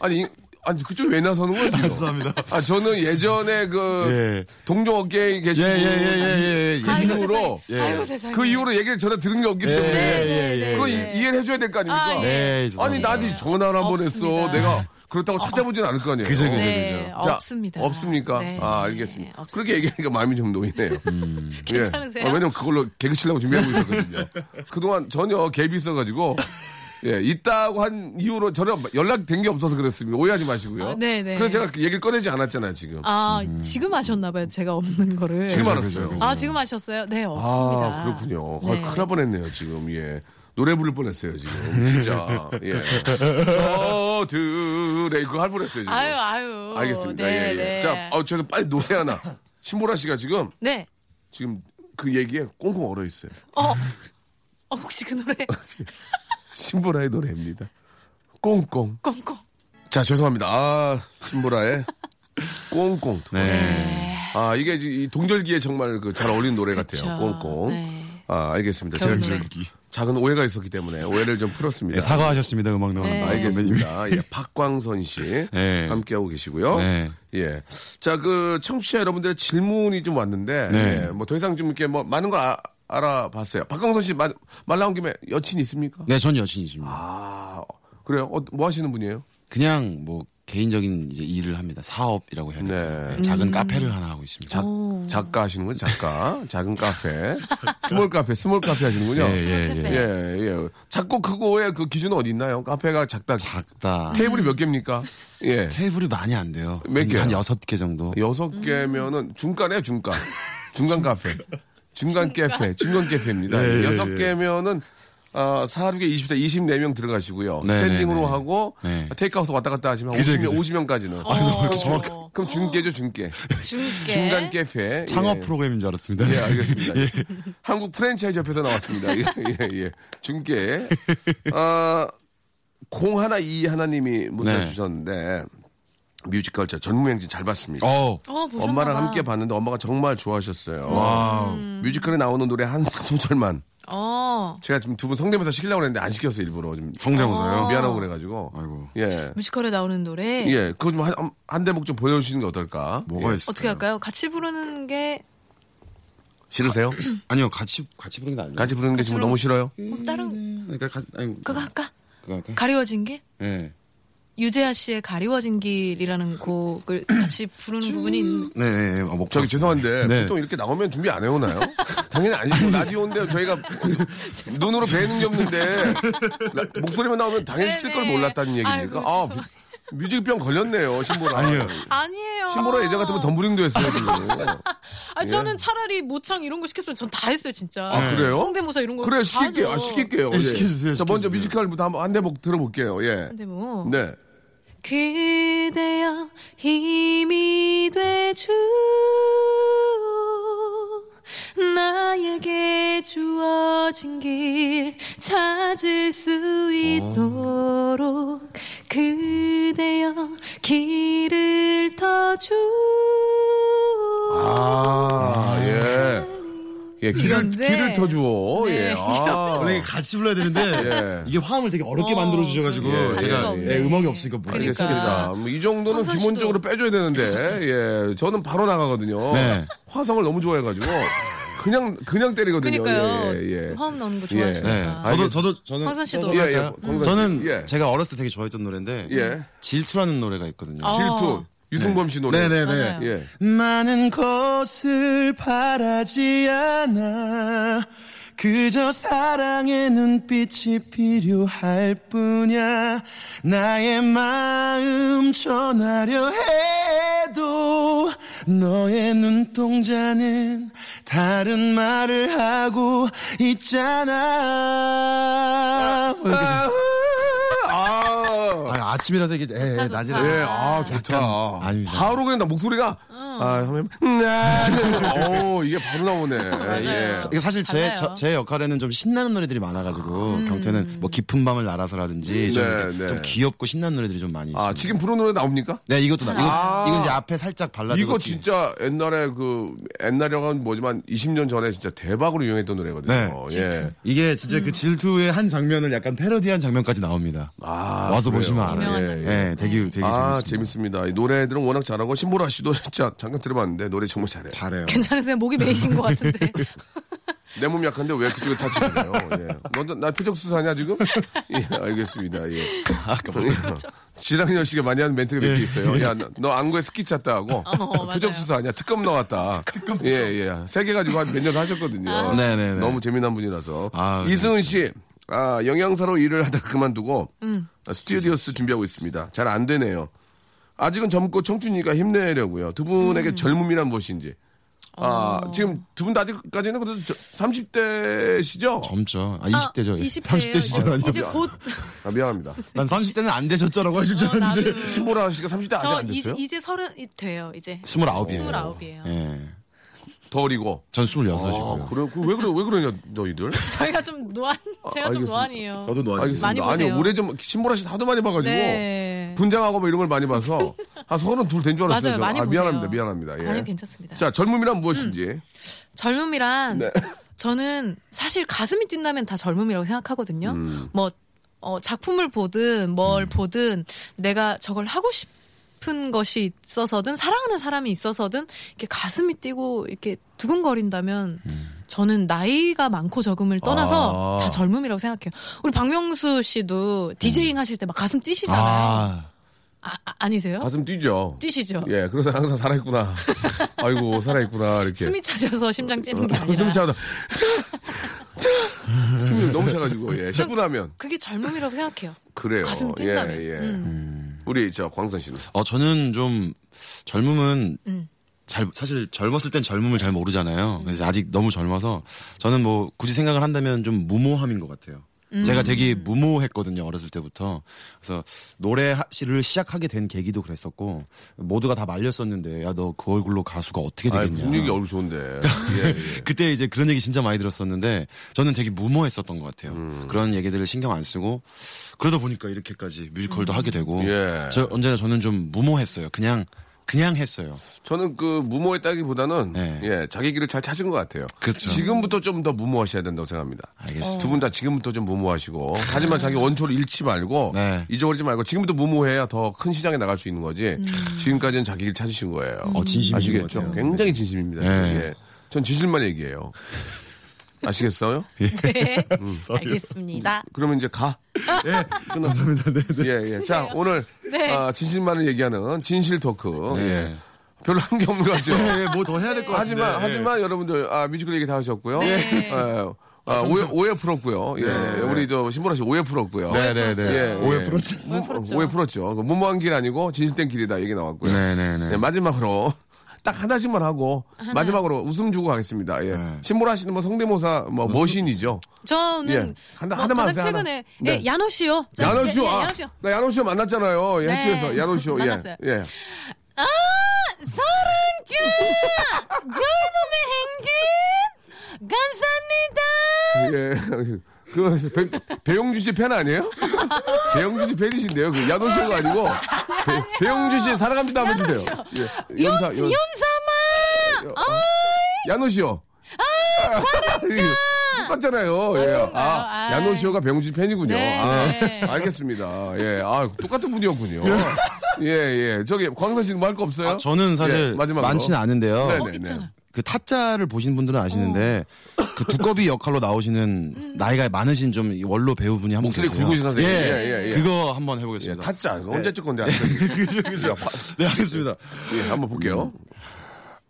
Speaker 2: 아니 이- 아니 그쪽에 왜 나서는 거예요 지금?
Speaker 4: 죄송합니다.
Speaker 2: 아 저는 예전에 그
Speaker 4: 예.
Speaker 2: 동종 업계에 계신
Speaker 4: 예, 예,
Speaker 2: 분
Speaker 4: 예, 예, 예. 예.
Speaker 3: 아이고
Speaker 2: 이후로
Speaker 3: 세상에. 아이고 세상에. 네,
Speaker 2: 그 이후로 얘기를 전혀 들은 게 없기
Speaker 4: 예,
Speaker 2: 때문에
Speaker 4: 예, 예, 예.
Speaker 2: 그거 이- 이해를 해줘야 될 거 아닙니까?
Speaker 3: 아,
Speaker 4: 예,
Speaker 2: 아니
Speaker 4: 죄송합니다.
Speaker 2: 나한테 전화를 한 번 했어.
Speaker 3: 네. 없습니다.
Speaker 2: 내가 그렇다고 찾아보진 않을 거 아니에요.
Speaker 4: 그죠, 그죠,
Speaker 3: 네,
Speaker 4: 그죠.
Speaker 2: 자,
Speaker 3: 없습니다.
Speaker 2: 없습니까?
Speaker 3: 네,
Speaker 2: 아,
Speaker 3: 네,
Speaker 2: 알겠습니다.
Speaker 3: 없습니다.
Speaker 2: 그렇게 얘기하니까 마음이 좀 놓이네요. 예.
Speaker 3: 괜찮으세요?
Speaker 2: 아, 왜냐면 그걸로 개그 치려고 준비하고 있었거든요. 그동안 전혀 갭이 있어가지고, 예, 있다고 한 이후로 전혀 연락된 게 없어서 그랬습니다. 오해하지 마시고요.
Speaker 3: 아, 네, 네.
Speaker 2: 그래서 제가 그 얘기를 꺼내지 않았잖아요, 지금.
Speaker 3: 아, 지금 아셨나봐요. 제가 없는 거를.
Speaker 2: 음. 지금
Speaker 4: 그죠,
Speaker 2: 알았어요.
Speaker 4: 그죠, 그죠.
Speaker 3: 아, 지금 아셨어요? 네, 없습니다.
Speaker 2: 아, 그렇군요.
Speaker 3: 네.
Speaker 2: 아, 큰일 날 뻔했네요, 지금. 예. 노래 부를 뻔했어요, 지금. 진짜. 예. 저들의 그거 할 뻔했어요, 지금.
Speaker 3: 아유, 아유.
Speaker 2: 알겠습니다.
Speaker 3: 네,
Speaker 2: 예, 예.
Speaker 3: 네.
Speaker 2: 자, 어, 저도 빨리 노래 하나. 신보라 씨가 지금,
Speaker 3: 네.
Speaker 2: 지금 그 얘기에 꽁꽁 얼어 있어요.
Speaker 3: 어. 어, 혹시 그 노래
Speaker 2: 신보라의 노래입니다. 꽁꽁.
Speaker 3: 꽁꽁.
Speaker 2: 자, 죄송합니다. 아, 신보라의 꽁꽁. 듣고
Speaker 4: 네.
Speaker 2: 아, 이게 이제 이 동절기에 정말 그 잘 어울리는 노래 같아요.
Speaker 3: 그쵸.
Speaker 2: 꽁꽁.
Speaker 3: 네.
Speaker 2: 아, 알겠습니다. 제가
Speaker 3: 겨울
Speaker 2: 지금 작은 오해가 있었기 때문에 오해를 좀 풀었습니다.
Speaker 4: 네, 사과하셨습니다. 음악 나오는
Speaker 3: 네.
Speaker 4: 네.
Speaker 2: 알겠습니다. 예, 박광선 씨
Speaker 4: 네.
Speaker 2: 함께하고 계시고요.
Speaker 4: 네.
Speaker 2: 예, 자그 청취자 여러분들의 질문이 좀 왔는데
Speaker 4: 네.
Speaker 2: 뭐 더 이상 좀 이렇게 뭐 많은 걸 아- 알아봤어요. 박광선 씨 말 나온 김에 여친 있습니까?
Speaker 4: 네, 전 여친이 있습니다.
Speaker 2: 아 그래요? 어, 뭐 하시는 분이에요?
Speaker 4: 그냥 뭐 개인적인 이제 일을 합니다. 사업이라고 해야 되나요?
Speaker 2: 네.
Speaker 4: 네,
Speaker 3: 음.
Speaker 4: 작은 카페를 하나 하고 있습니다.
Speaker 2: 작, 작가 하시는 군 작가 작은 카페 스몰 카페 스몰 카페 하시는군요.
Speaker 4: 예, 예,
Speaker 3: 스몰
Speaker 4: 예.
Speaker 3: 카페.
Speaker 2: 예, 예. 작고 크고의 그 기준은 어디 있나요? 카페가 작다.
Speaker 4: 작다.
Speaker 2: 테이블이
Speaker 3: 아.
Speaker 2: 몇 개입니까? 예.
Speaker 4: 테이블이 많이 안 돼요.
Speaker 2: 몇
Speaker 4: 한-
Speaker 2: 개요?
Speaker 4: 한 여섯 개 정도.
Speaker 2: 여섯 개면은 중간에 중간. 음. 중간 카페. 중간 카페. 중간
Speaker 4: 예,
Speaker 2: 카페입니다. 여섯 개면은 아, 사륙에 24, 24명 들어가시고요.
Speaker 4: 네,
Speaker 2: 스탠딩으로
Speaker 4: 네, 네. 하고
Speaker 2: 하고
Speaker 4: 네.
Speaker 2: 테이크아웃 왔다 갔다 하시면
Speaker 4: 그죠,
Speaker 2: 50명,
Speaker 4: 그죠.
Speaker 2: 50명까지는. 어.
Speaker 3: 정확.
Speaker 2: 그럼 중계죠, 중계.
Speaker 3: 중계.
Speaker 2: 중간 카페.
Speaker 4: 창업
Speaker 2: 예.
Speaker 4: 프로그램인 줄 알았습니다.
Speaker 2: 예, 알겠습니다. 한국 프랜차이즈 협회에서 나왔습니다. 예, 예, 예. 중계. 아, 공 하나 이 하나님이 문자
Speaker 4: 네.
Speaker 2: 주셨는데 뮤지컬 저 전무행진 잘 봤습니다.
Speaker 4: 어,
Speaker 3: 어, 보셨나
Speaker 2: 엄마랑
Speaker 3: 봐. 음.
Speaker 2: 함께 봤는데 엄마가 정말 좋아하셨어요. 뮤지컬에 나오는 노래 한 소절만
Speaker 3: 어.
Speaker 2: 제가 지금 두 분 성대모사 시키려고 했는데 안 시켰어 요 일부러 좀
Speaker 3: 아.
Speaker 4: 성대모사요?
Speaker 2: 미안하고 그래가지고.
Speaker 4: 아이고.
Speaker 2: 예.
Speaker 3: 뮤지컬에 나오는 노래.
Speaker 2: 예, 그거 좀 한 대목 좀 보여주시는 게 어떨까?
Speaker 4: 뭐가
Speaker 2: 예.
Speaker 4: 있어요?
Speaker 3: 어떻게 할까요? 같이 부르는 게
Speaker 2: 싫으세요?
Speaker 4: 아니요, 같이 같이 부르는 게 아니에요.
Speaker 2: 같이 부르는 게 지금 너무 싫어요?
Speaker 4: 아,
Speaker 3: 뭐 다른
Speaker 4: 그러니까 가, 아니,
Speaker 3: 그거 할까?
Speaker 4: 그거 할까?
Speaker 3: 가리워진 길?
Speaker 4: 예.
Speaker 3: 유재하 씨의 가리워진 길이라는 곡을 같이 부르는 부분이 있는.
Speaker 4: 네, 네, 네. 아, 목
Speaker 2: 저기 죄송한데
Speaker 4: 네.
Speaker 2: 보통 이렇게 나오면 준비 안 해오나요? 당연히 아니죠. 라디오인데 저희가 눈으로 뵈는 게 없는데 라- 목소리만 나오면 당연히 시킬 걸
Speaker 3: 네네.
Speaker 2: 몰랐다는 얘기입니까?
Speaker 3: 아이고,
Speaker 2: 아,
Speaker 3: 죄송해요.
Speaker 2: 뮤- 뮤직병 걸렸네요, 신보라.
Speaker 4: 아니에요.
Speaker 3: 아니에요.
Speaker 2: 신보라 예전 같으면 덤블링도 했어요, 지금.
Speaker 3: 아 저는 차라리 모창 이런 거 시켰으면 전 다 했어요 진짜.
Speaker 2: 아, 그래요?
Speaker 3: 성대모사 이런 거.
Speaker 2: 그래,
Speaker 3: 다 네.
Speaker 2: 시킬게요.
Speaker 3: 하죠.
Speaker 2: 아, 시킬게요.
Speaker 4: 예, 시켜주세요,
Speaker 2: 자, 먼저
Speaker 4: 시켜주세요.
Speaker 2: 뮤지컬부터 한번 한 대목 들어볼게요, 예.
Speaker 3: 근데 뭐
Speaker 2: 네.
Speaker 3: 그대여 힘이 되주 나에게 주어진 길 찾을 수 있도록 그대여 길을 터주
Speaker 2: 아, 예. 예,
Speaker 3: 음.
Speaker 2: 길을,
Speaker 3: 이건데.
Speaker 2: 길을
Speaker 3: 네.
Speaker 2: 터주오. 예. 아.
Speaker 4: 원래 같이 불러야 되는데
Speaker 2: 예.
Speaker 4: 이게 화음을 되게 어렵게
Speaker 3: 어,
Speaker 4: 만들어 주셔가지고
Speaker 2: 예, 가수가
Speaker 4: 제가
Speaker 2: 없네.
Speaker 4: 예, 음악이 없으니까 뭐
Speaker 3: 그러니까.
Speaker 2: 알겠습니다. 뭐이 정도는
Speaker 3: 황선 씨도-
Speaker 2: 기본적으로 빼줘야 되는데, 예, 저는 바로 나가거든요.
Speaker 4: 네.
Speaker 2: 화성을 너무 좋아해가지고 그냥 그냥 때리거든요.
Speaker 3: 그러니까요.
Speaker 2: 예, 예, 예.
Speaker 3: 화음 넣는 거
Speaker 2: 예.
Speaker 4: 네.
Speaker 3: 좋아하시니까.
Speaker 4: 저도 저도 저는
Speaker 3: 황선 씨도.
Speaker 4: 저도
Speaker 2: 예,
Speaker 4: 할까요?
Speaker 2: 예, 황선 씨.
Speaker 4: 저는
Speaker 2: 예.
Speaker 4: 제가 어렸을 때 되게 좋아했던 노래인데
Speaker 2: 예.
Speaker 4: 질투라는 노래가 있거든요.
Speaker 2: 아.
Speaker 3: 어.
Speaker 2: 질투 유승범 씨
Speaker 4: 네,
Speaker 2: 노래.
Speaker 3: 맞아요.
Speaker 2: 예.
Speaker 4: 많은 것을 바라지 않아 그저 사랑의 눈빛이 필요할 뿐이야 나의 마음 전하려 해도 너의 눈동자는 다른 말을 하고 있잖아 뭐 이렇게 좀-
Speaker 2: 아,
Speaker 4: 아, 아침이라서 이게 예, 예,
Speaker 3: 좋다.
Speaker 4: 낮이라
Speaker 2: 예, 아 좋다.
Speaker 4: 약간, 아닙니다.
Speaker 2: 바로 그냥 나 목소리가 아, 선배님. 나는 오 이게 바로 나오네. 예.
Speaker 4: 이게 사실 제,
Speaker 3: 그렇죠. 달라요. 음.
Speaker 4: 저- 제 역할에는 좀 신나는 노래들이 많아가지고 경태는 뭐 깊은 밤을 날아서라든지 좀,
Speaker 2: 네,
Speaker 4: 이렇게
Speaker 2: 네.
Speaker 4: 좀 귀엽고 신나는 노래들이 좀 많이 있어요.
Speaker 2: 아 지금 부르는 노래 나옵니까?
Speaker 4: 네 이것도 나 이거
Speaker 2: 아.
Speaker 4: 이건 이제 앞에 살짝 발라드
Speaker 2: 이거
Speaker 4: 같은-
Speaker 2: 진짜 옛날에 그 옛날이라고는 뭐지만 20년 전에 진짜 대박으로 유행했던 노래거든요.
Speaker 4: 네.
Speaker 2: 예.
Speaker 4: 이게 진짜
Speaker 3: 음.
Speaker 4: 그 질투의 한 장면을 약간 패러디한 장면까지 나옵니다.
Speaker 2: 아,
Speaker 4: 와서
Speaker 2: 그래요?
Speaker 4: 보시면 알아요.
Speaker 3: 유명한
Speaker 4: 예,
Speaker 3: 장면. 음.
Speaker 4: 예, 되게 되게
Speaker 2: 아,
Speaker 4: 재밌습니다.
Speaker 2: 재밌습니다. 이 노래들은 워낙 잘하고 신보라 씨도 진짜 잠깐 들어봤는데 노래 정말 잘해요.
Speaker 4: 잘해요.
Speaker 3: 괜찮으세요? 목이 메이신 것 같은데.
Speaker 2: 내 몸 약한데 왜 그쪽에 다치나요? 예. 너나 표적 수사냐 지금? 예, 알겠습니다. 예. 아까 지랑현 씨가 많이 하는 멘트가 몇
Speaker 4: 예.
Speaker 2: 개 있어요. 야, 너- 너 안구에 스키 찼다 하고
Speaker 3: 어,
Speaker 2: 표적
Speaker 3: 맞아요.
Speaker 2: 수사냐 특검 나왔다. 특검. 예, 예. 세 개 가지고 한 몇 년 하셨거든요.
Speaker 4: 네, 네, 네.
Speaker 2: 너무 재미난 분이라서.
Speaker 4: 아,
Speaker 2: 이승은 씨, 아, 영양사로 일을 하다 그만두고 스튜디오스 준비하고 있습니다. 잘 안 되네요. 아직은 젊고 청춘이니까 힘내려고요. 두 분에게 젊음이란 무엇인지. 아,
Speaker 3: 어.
Speaker 2: 지금 두 분 다 아직까지는 그래도 30대시죠?
Speaker 4: 젊죠. 아 20대죠.
Speaker 3: 20대예요.
Speaker 4: 30대 시절 아니요.
Speaker 3: 이제 곧
Speaker 2: 아, 미안합니다.
Speaker 4: 난 30대는 안 되셨죠라고 하실 줄 알았는데
Speaker 3: 나도.
Speaker 2: 신보라 씨가 30대 아직
Speaker 3: 저
Speaker 2: 안
Speaker 3: 이,
Speaker 2: 됐어요?
Speaker 3: 이제 서른 이- 돼요 이제.
Speaker 4: 29이에요.
Speaker 3: 스물아홉이에요.
Speaker 4: 예.
Speaker 2: 더 어리고.
Speaker 4: 전
Speaker 2: 아,
Speaker 4: 26이고요.
Speaker 2: 그래? 그 왜 그래? 왜 그러냐, 너희들?
Speaker 3: 저희가 좀 노안,
Speaker 2: 아,
Speaker 3: 제가 좀
Speaker 2: 알겠습니다.
Speaker 3: 노안이에요.
Speaker 4: 저도 노안이
Speaker 2: 알겠습니다.
Speaker 3: 많이
Speaker 2: 아니,
Speaker 3: 보세요.
Speaker 2: 올해 좀 신보라 씨 하도 많이 봐가지고.
Speaker 3: 네.
Speaker 2: 분장하고 뭐 이런 걸 많이 봐서 한 서른 둘 된 줄 알았어요. 저는.
Speaker 3: 맞아요, 많이
Speaker 2: 아,
Speaker 3: 보세요.
Speaker 2: 미안합니다. 미안합니다. 예.
Speaker 3: 아니요, 괜찮습니다.
Speaker 2: 자, 젊음이란 무엇인지.
Speaker 3: 젊음이란
Speaker 2: 네.
Speaker 3: 저는 사실 가슴이 뛴다면 다 젊음이라고 생각하거든요. 뭐 어, 작품을
Speaker 2: 음.
Speaker 3: 보든 뭘 보든 내가 저걸 하고 싶은 것이 있어서든 사랑하는 사람이 있어서든 이렇게 가슴이 뛰고 이렇게 두근거린다면 저는 나이가 많고 적음을 떠나서
Speaker 2: 음. 아.
Speaker 3: 다 젊음이라고 생각해요. 우리 박명수 씨도
Speaker 2: 음.
Speaker 3: 디제잉 하실 때 막 가슴 뛰시잖아요.
Speaker 4: 아,
Speaker 3: 아, 아, 니세요
Speaker 2: 가슴 뛰죠.
Speaker 3: 뛰시죠.
Speaker 2: 예, 그래서 항상 살아있구나. 아이고, 살아있구나. 이렇게.
Speaker 3: 숨이 차셔서 심장 뛰는 게 아니라
Speaker 2: 숨이 차다. 숨이 너무 차가지고, 예. 10분 하면.
Speaker 3: 그게 젊음이라고 생각해요.
Speaker 2: 그래요.
Speaker 3: 가슴
Speaker 2: 예,
Speaker 3: 뛴다면.
Speaker 2: 예.
Speaker 3: 음.
Speaker 2: 우리, 저, 광선 씨는.
Speaker 4: 어, 저는 좀 젊음은
Speaker 3: 음.
Speaker 4: 잘 사실 젊었을 땐 젊음을 잘 모르잖아요. 그래서 아직 너무 젊어서 저는 뭐 굳이 생각을 한다면 좀 무모함인 것 같아요. 제가 되게 무모했거든요 어렸을 때부터 그래서 노래를 시작하게 된 계기도 그랬었고 모두가 다 말렸었는데 야 너 그 얼굴로 가수가 어떻게
Speaker 2: 아,
Speaker 4: 되겠냐
Speaker 2: 분위기 얼굴 좋은데. 예, 예.
Speaker 4: 그때 이제 그런 얘기 진짜 많이 들었었는데 저는 되게 무모했었던 것 같아요. 그런 얘기들을 신경 안 쓰고 그러다 보니까 이렇게까지 뮤지컬도 하게 되고
Speaker 2: 예.
Speaker 4: 저 언제나 저는 좀 무모했어요. 그냥 그냥 했어요.
Speaker 2: 저는 그 무모했다기보다는
Speaker 4: 네.
Speaker 2: 예 자기 길을 잘 찾은 것 같아요.
Speaker 4: 그쵸.
Speaker 2: 지금부터 좀 더 무모하셔야 된다고 생각합니다.
Speaker 4: 알겠습니다.
Speaker 2: 두 분 다 지금부터 좀 무모하시고 하지만 자기 원초를 잃지 말고
Speaker 4: 네.
Speaker 2: 잊어버리지 말고 지금부터 무모해야 더 큰 시장에 나갈 수 있는 거지 지금까지는 자기 길 찾으신 거예요.
Speaker 4: 음. 어, 진심인 것
Speaker 2: 아시겠죠?
Speaker 4: 같아요.
Speaker 2: 굉장히 진심입니다.
Speaker 4: 네.
Speaker 2: 예. 전 진실만 얘기해요. 아시겠어요?
Speaker 4: 예.
Speaker 3: 네. 알겠습니다.
Speaker 2: 그러면 이제 가.
Speaker 4: 끝났습니다. 네, 네.
Speaker 2: 예, 예. 자, 오늘
Speaker 3: 네.
Speaker 2: 아, 진실만을 얘기하는 진실 토크. 예.
Speaker 4: 네.
Speaker 2: 별로 한 게 없는 것 같죠?
Speaker 4: 뭐 더 해야 될 것 같은데.
Speaker 2: 하지만 하지만 여러분들 아 뮤지컬 얘기 다 하셨고요.
Speaker 3: 네.
Speaker 2: 예. 아, 오해, 오해 풀었고요. 예. 우리 저 신보라 씨 오해 풀었고요.
Speaker 4: 네. 네네네.
Speaker 2: 예, 예.
Speaker 4: 오해 풀었지.
Speaker 2: 무- 오해 풀었죠. 그 무모한 길 아니고 진실된 길이다 얘기 나왔고요.
Speaker 4: 네네네.
Speaker 2: 예, 마지막으로 딱 하나씩만 하고 마지막으로 웃음 주고 가겠습니다. 예.
Speaker 4: 네.
Speaker 2: 신보라 씨는 뭐 성대모사 뭐 머신이죠.
Speaker 3: 저는
Speaker 2: 예. 하나- 하나만
Speaker 3: 가장
Speaker 2: 하세요, 하나.
Speaker 3: 최근에
Speaker 2: 네.
Speaker 3: 예, 야노 씨요. 저-
Speaker 2: 야노
Speaker 3: 예,
Speaker 2: 쇼.
Speaker 3: 예,
Speaker 2: 아,
Speaker 3: 야노 쇼.
Speaker 2: 나 야노 쇼 만났잖아요. 예,
Speaker 3: 네.
Speaker 2: 해투에서 야노 쇼. 예.
Speaker 3: 만났어요.
Speaker 2: 예.
Speaker 3: 아, 서른주 젊음의 행진 감사합니다.
Speaker 2: 예. 그, 배, 배용주 씨 팬 아니에요? 배용주 씨 팬이신데요. 그 야노 씨가 아니고. 배, 용주씨 사랑합니다 한번
Speaker 3: 야노
Speaker 2: 주세요.
Speaker 3: 씨요.
Speaker 2: 예.
Speaker 3: 연
Speaker 2: 연사, 연,
Speaker 3: 연삼아
Speaker 2: 야노 씨요. 아, 똑같잖아요. 예. 아,
Speaker 3: 아.
Speaker 2: 야노 씨가 배용주 씨 팬이군요.
Speaker 3: 네.
Speaker 2: 아, 알겠습니다. 예. 아, 똑같은 분이었군요. 예, 예. 저기, 광선 씨는 뭐 할 거 없어요?
Speaker 4: 네. 아, 저는 사실
Speaker 2: 예, 마지막으로.
Speaker 4: 많지는 않은데요.
Speaker 2: 네네.
Speaker 3: 어, 있잖아. 어.
Speaker 4: 그 타짜를 보신 분들은 아시는데 그 두꺼비 역할로 나오시는
Speaker 3: 음.
Speaker 4: 나이가 많으신 좀이 원로 배우분이 한분
Speaker 2: 목소리
Speaker 4: 계세요.
Speaker 2: 굵으신 선생님.
Speaker 4: 예,
Speaker 2: 예, 예, 예.
Speaker 4: 그거 한번 해보겠습니다.
Speaker 2: 타짜. 이거 언제 찍건데 안 찍었지?
Speaker 4: 네. 그죠, 그죠. 네, 알겠습니다.
Speaker 2: 예, 한번 볼게요.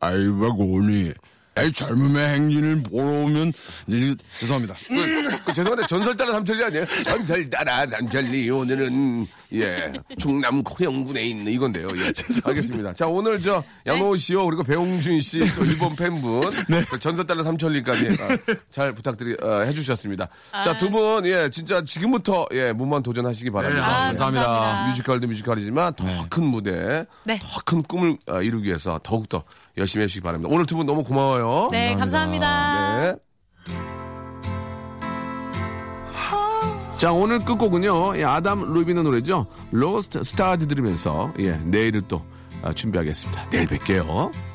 Speaker 4: 아이바고니. 아이 젊음의 행진을 보러 오면 네, 죄송합니다.
Speaker 2: 그, 그 죄송한데 전설 따라 삼천리 아니에요? 전설 따라 삼천리 오늘은 예 충남 고령군에 있는 이건데요. 예. 알겠습니다. 자 오늘 저
Speaker 3: 네.
Speaker 2: 양호호 씨요 그리고 배홍준 씨또 일본 팬분 그 전설 따라 삼천리까지 아, 잘 부탁드리 어, 해주셨습니다.
Speaker 3: 아.
Speaker 2: 자 두 분 예 진짜 지금부터 예 몸만 도전하시기 바랍니다.
Speaker 4: 아,
Speaker 2: 예.
Speaker 4: 감사합니다.
Speaker 2: 뮤지컬도 뮤지컬이지만 더 큰 무대,
Speaker 3: 네.
Speaker 2: 더 큰 꿈을 어, 이루기 위해서 더욱더 열심히 해주시기 바랍니다. 오늘 두 분 너무 고마워요.
Speaker 3: 네, 감사합니다.
Speaker 2: 네. 자 오늘 끝곡은요 예, 아담 루비의 노래죠 로스트 스타즈 들으면서 예, 내일을 또 아, 준비하겠습니다 내일 뵐게요